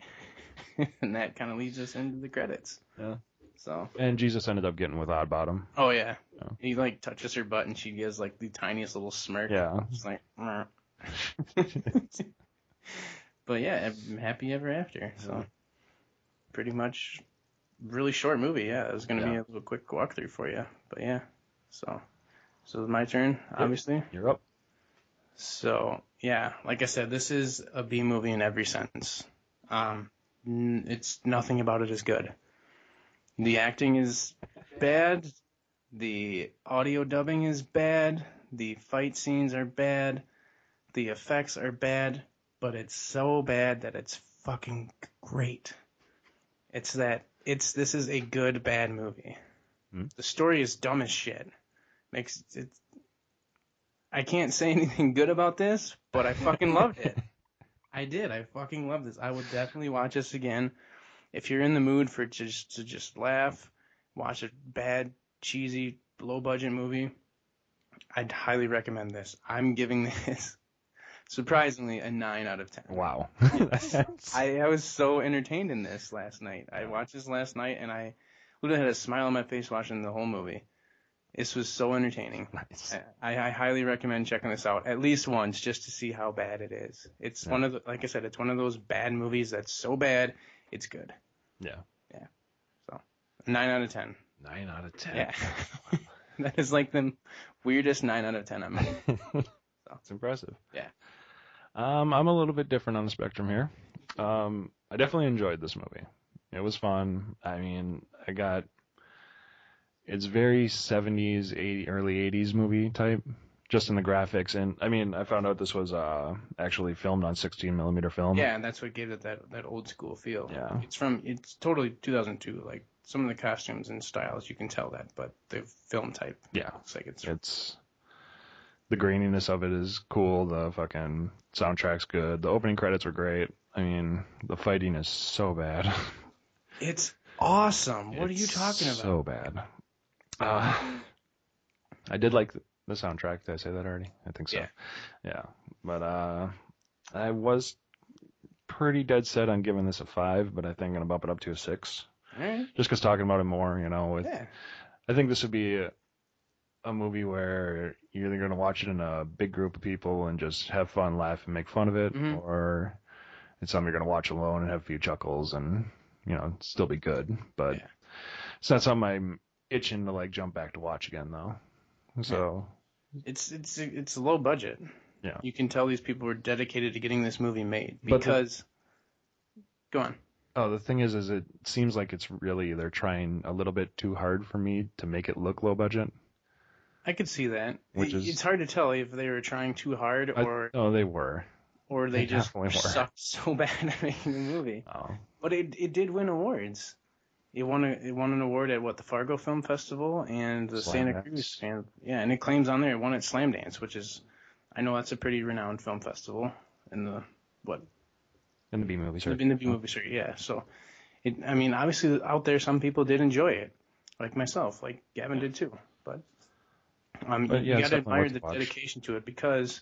[LAUGHS] and that kind of leads us into the credits. Yeah. So, [LAUGHS] And Jesus ended up getting with Odd Bottom. oh yeah. Yeah. He like touches her butt and she gives like the tiniest little smirk. [LAUGHS] Yeah. [LAUGHS] It's like, "Meh." but yeah, I'm happy ever after. So pretty much, really short movie. Yeah, it's gonna be Yeah. a little quick walkthrough for you. But yeah, so so it's my turn, obviously. You're up. So yeah, like I said, this is a B movie in every sense. Um, n- it's nothing about it is good. The acting is bad. The audio dubbing is bad. The fight scenes are bad. The effects are bad. But it's so bad that it's fucking great. It's that it's this is a good bad movie. Hmm. The story is dumb as shit. Makes it I can't say [LAUGHS] anything good about this, but I fucking loved it. I did. I fucking loved this. I would definitely watch this again. If you're in the mood for just to just laugh, watch a bad, cheesy, low budget movie, I'd highly recommend this. I'm giving [LAUGHS] this surprisingly a nine out of ten. Wow. [LAUGHS] [LAUGHS] I, I was so entertained in this last night. I watched this last night and I literally had a smile on my face watching the whole movie. This was so entertaining. Nice. I, I highly recommend checking this out at least once just to see how bad it is. It's Yeah. one of the, like I said, it's one of those bad movies that's so bad it's good. Yeah. Nine out of ten. Nine out of ten. Yeah, [LAUGHS] that is like the weirdest nine out of ten [LAUGHS] I'm. It's impressive. Yeah. Um, I'm a little bit different on the spectrum here. Um, I definitely enjoyed this movie. It was fun. I mean, I got. It's very 70s, 80, early 80s movie type, just in the graphics. And I mean, I found out this was uh, actually filmed on 16 millimeter film. Yeah, and that's what gave it that that old school feel. Um, Yeah. it's from it's totally 2002. Like some of the costumes and styles, you can tell that, but the film type Yeah. looks like it's It's the graininess of it is cool. The fucking soundtrack's good. The opening credits were great. I mean, the fighting is so bad. [LAUGHS] it's awesome. What are you It's talking about? So bad. Uh, [LAUGHS] I did like the soundtrack. Did I say that already? I think so. Yeah. Yeah. But uh, I was pretty dead set on giving this a five, but I think I'm gonna bump it up to a six, All right. just 'cause talking about it more, you know, with Eh? Yeah. I think this would be a, a movie where you're either going to watch it in a big group of people and just have fun, laugh, and make fun of it, Mhm. or it's something you're going to watch alone and have a few chuckles and, you know, still be good. But Yeah. it's not something I'm itching to, like, jump back to watch again, though. So, It's it's it's low budget. Yeah. You can tell these people were dedicated to getting this movie made But the- because. Go on. oh, the thing is, is it seems like it's really, they're trying a little bit too hard for me to make it look low budget. I could see that. Which It- is- It's hard to tell if they were trying too hard I- or oh, they were. or they they just definitely were. sucked so [LAUGHS] bad at making the movie. Oh, But it it did win awards. It won a, it won an award at what the Fargo Film Festival and the Slam Santa Dance. Cruz fan. Yeah, and it claims on there it won at Slam Dance, which is I know that's a pretty renowned film festival in the what in the B movie, sure. in the B movie series, yeah. So, it, I mean, obviously out there, some people did enjoy it, like myself, like Gavin did too. But um, But yeah, you it's gotta definitely admire worth a the watch. dedication to it because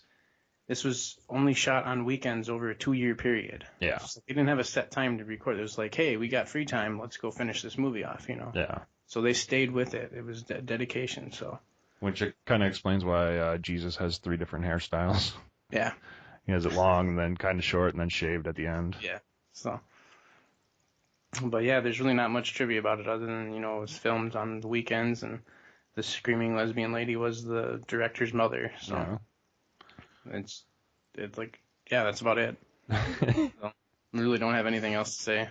This was only shot on weekends over a two-year period. Yeah. It's just like They didn't have a set time to record. It was like, hey, we got free time. Let's go finish this movie off, you know? Yeah. So they stayed with it. It was de- dedication. So, Which kind of explains why uh, Jesus has three different hairstyles. [LAUGHS] yeah. He has it long, and then kind of short, and then shaved at the end. [LAUGHS] So, but yeah, there's really not much trivia about it other than you know it was filmed on the weekends and the screaming lesbian lady was the director's mother. So Yeah. it's it's like yeah, that's about it. so, I really don't have anything else to say.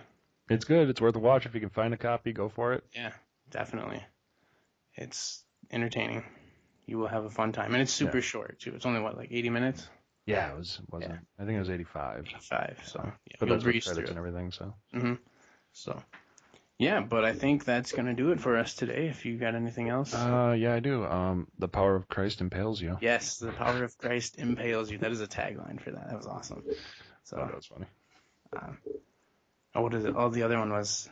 It's good. It's worth a watch if you can find a copy. Go for it. Yeah, definitely. It's entertaining. You will have a fun time, and it's super short too. It's only what like 80 minutes, Yeah, it was. Wasn't Yeah. I think it was eighty-five. five. So yeah, But you'll that's Uh, with breeze through credits it. and everything. So So yeah, but I think that's gonna do it for us today. If you got anything else. Uh, yeah, I do. Um, the power of Christ impales you. Yes, the power of Christ impales you. That is a tagline for that. That was awesome. Oh, that So, was funny. oh, what is it? Oh, the other one was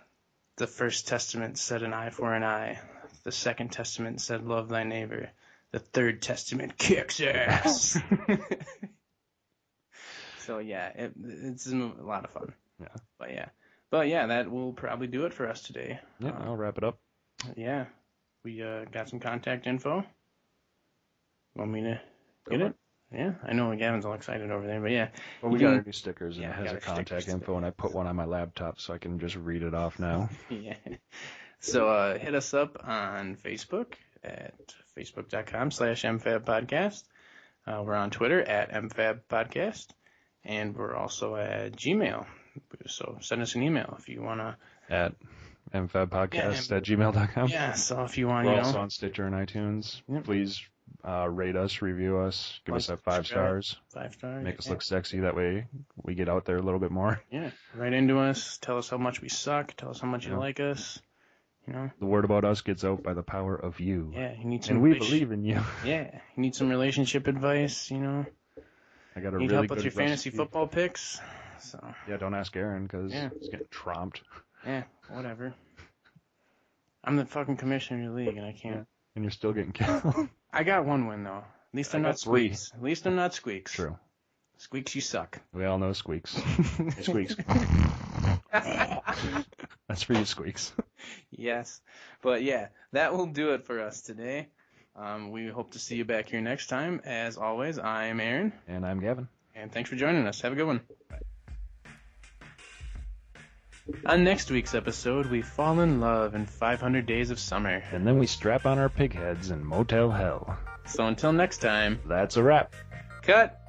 the first testament said an eye for an eye. The second testament said love thy neighbor. The third testament kicks [LAUGHS] ass. so yeah, it, it's a lot of fun. Yeah. But yeah, but yeah, that will probably do it for us today. [LAUGHS] Yeah, Uh, I'll wrap it up. Yeah, we uh, got some contact info. Want me to get Go it? Yeah, I know Gavin's all excited over there, but yeah, Well, we you got can- our new stickers and Yeah, it we has got our our contact stickers. info, and I put one on my laptop so I can just read it off now. [LAUGHS] yeah. So uh, hit us up on Facebook at facebook.com slash mfabpodcast. Uh, we're on Twitter at mfabpodcast, and we're also at Gmail. So send us an email if you want to. at mfabpodcast at gmail.com. Yeah, so if you want, We're you also know, on Stitcher and iTunes. Please uh, rate us, review us, give us Like, that five subscribe. stars, five stars. make us yeah. look sexy. That way we get out there a little bit more. [LAUGHS] Yeah, right into us. Tell us how much we suck. Tell us how much Yeah. you like us. You know, The word about us gets out by the power of you. yeah, you need some. And we rela- believe in you. [LAUGHS] Yeah, you need some relationship advice. You know, I got a need really help good with your fantasy recipe. football picks. So Yeah, don't ask Aaron because Yeah. he's getting tromped. yeah, whatever. I'm the fucking commissioner of the league, and I can't. And you're still [LAUGHS] getting killed. [LAUGHS] I got one win though. At least I I'm got not three. squeaks. At least I'm not squeaks. True. Squeaks, you suck. We all know squeaks. Hey, squeaks. That's for you, [LAUGHS] squeaks. [LAUGHS] Yes. But yeah, that will do it for us today. Um, we hope to see you back here next time. As always, I am Aaron, And I'm Gavin. and thanks for joining us. Have a good one. On next week's episode, we fall in love in 500 Days of Summer. And then we strap on our pig heads and motel hell. So until next time, That's a wrap. cut!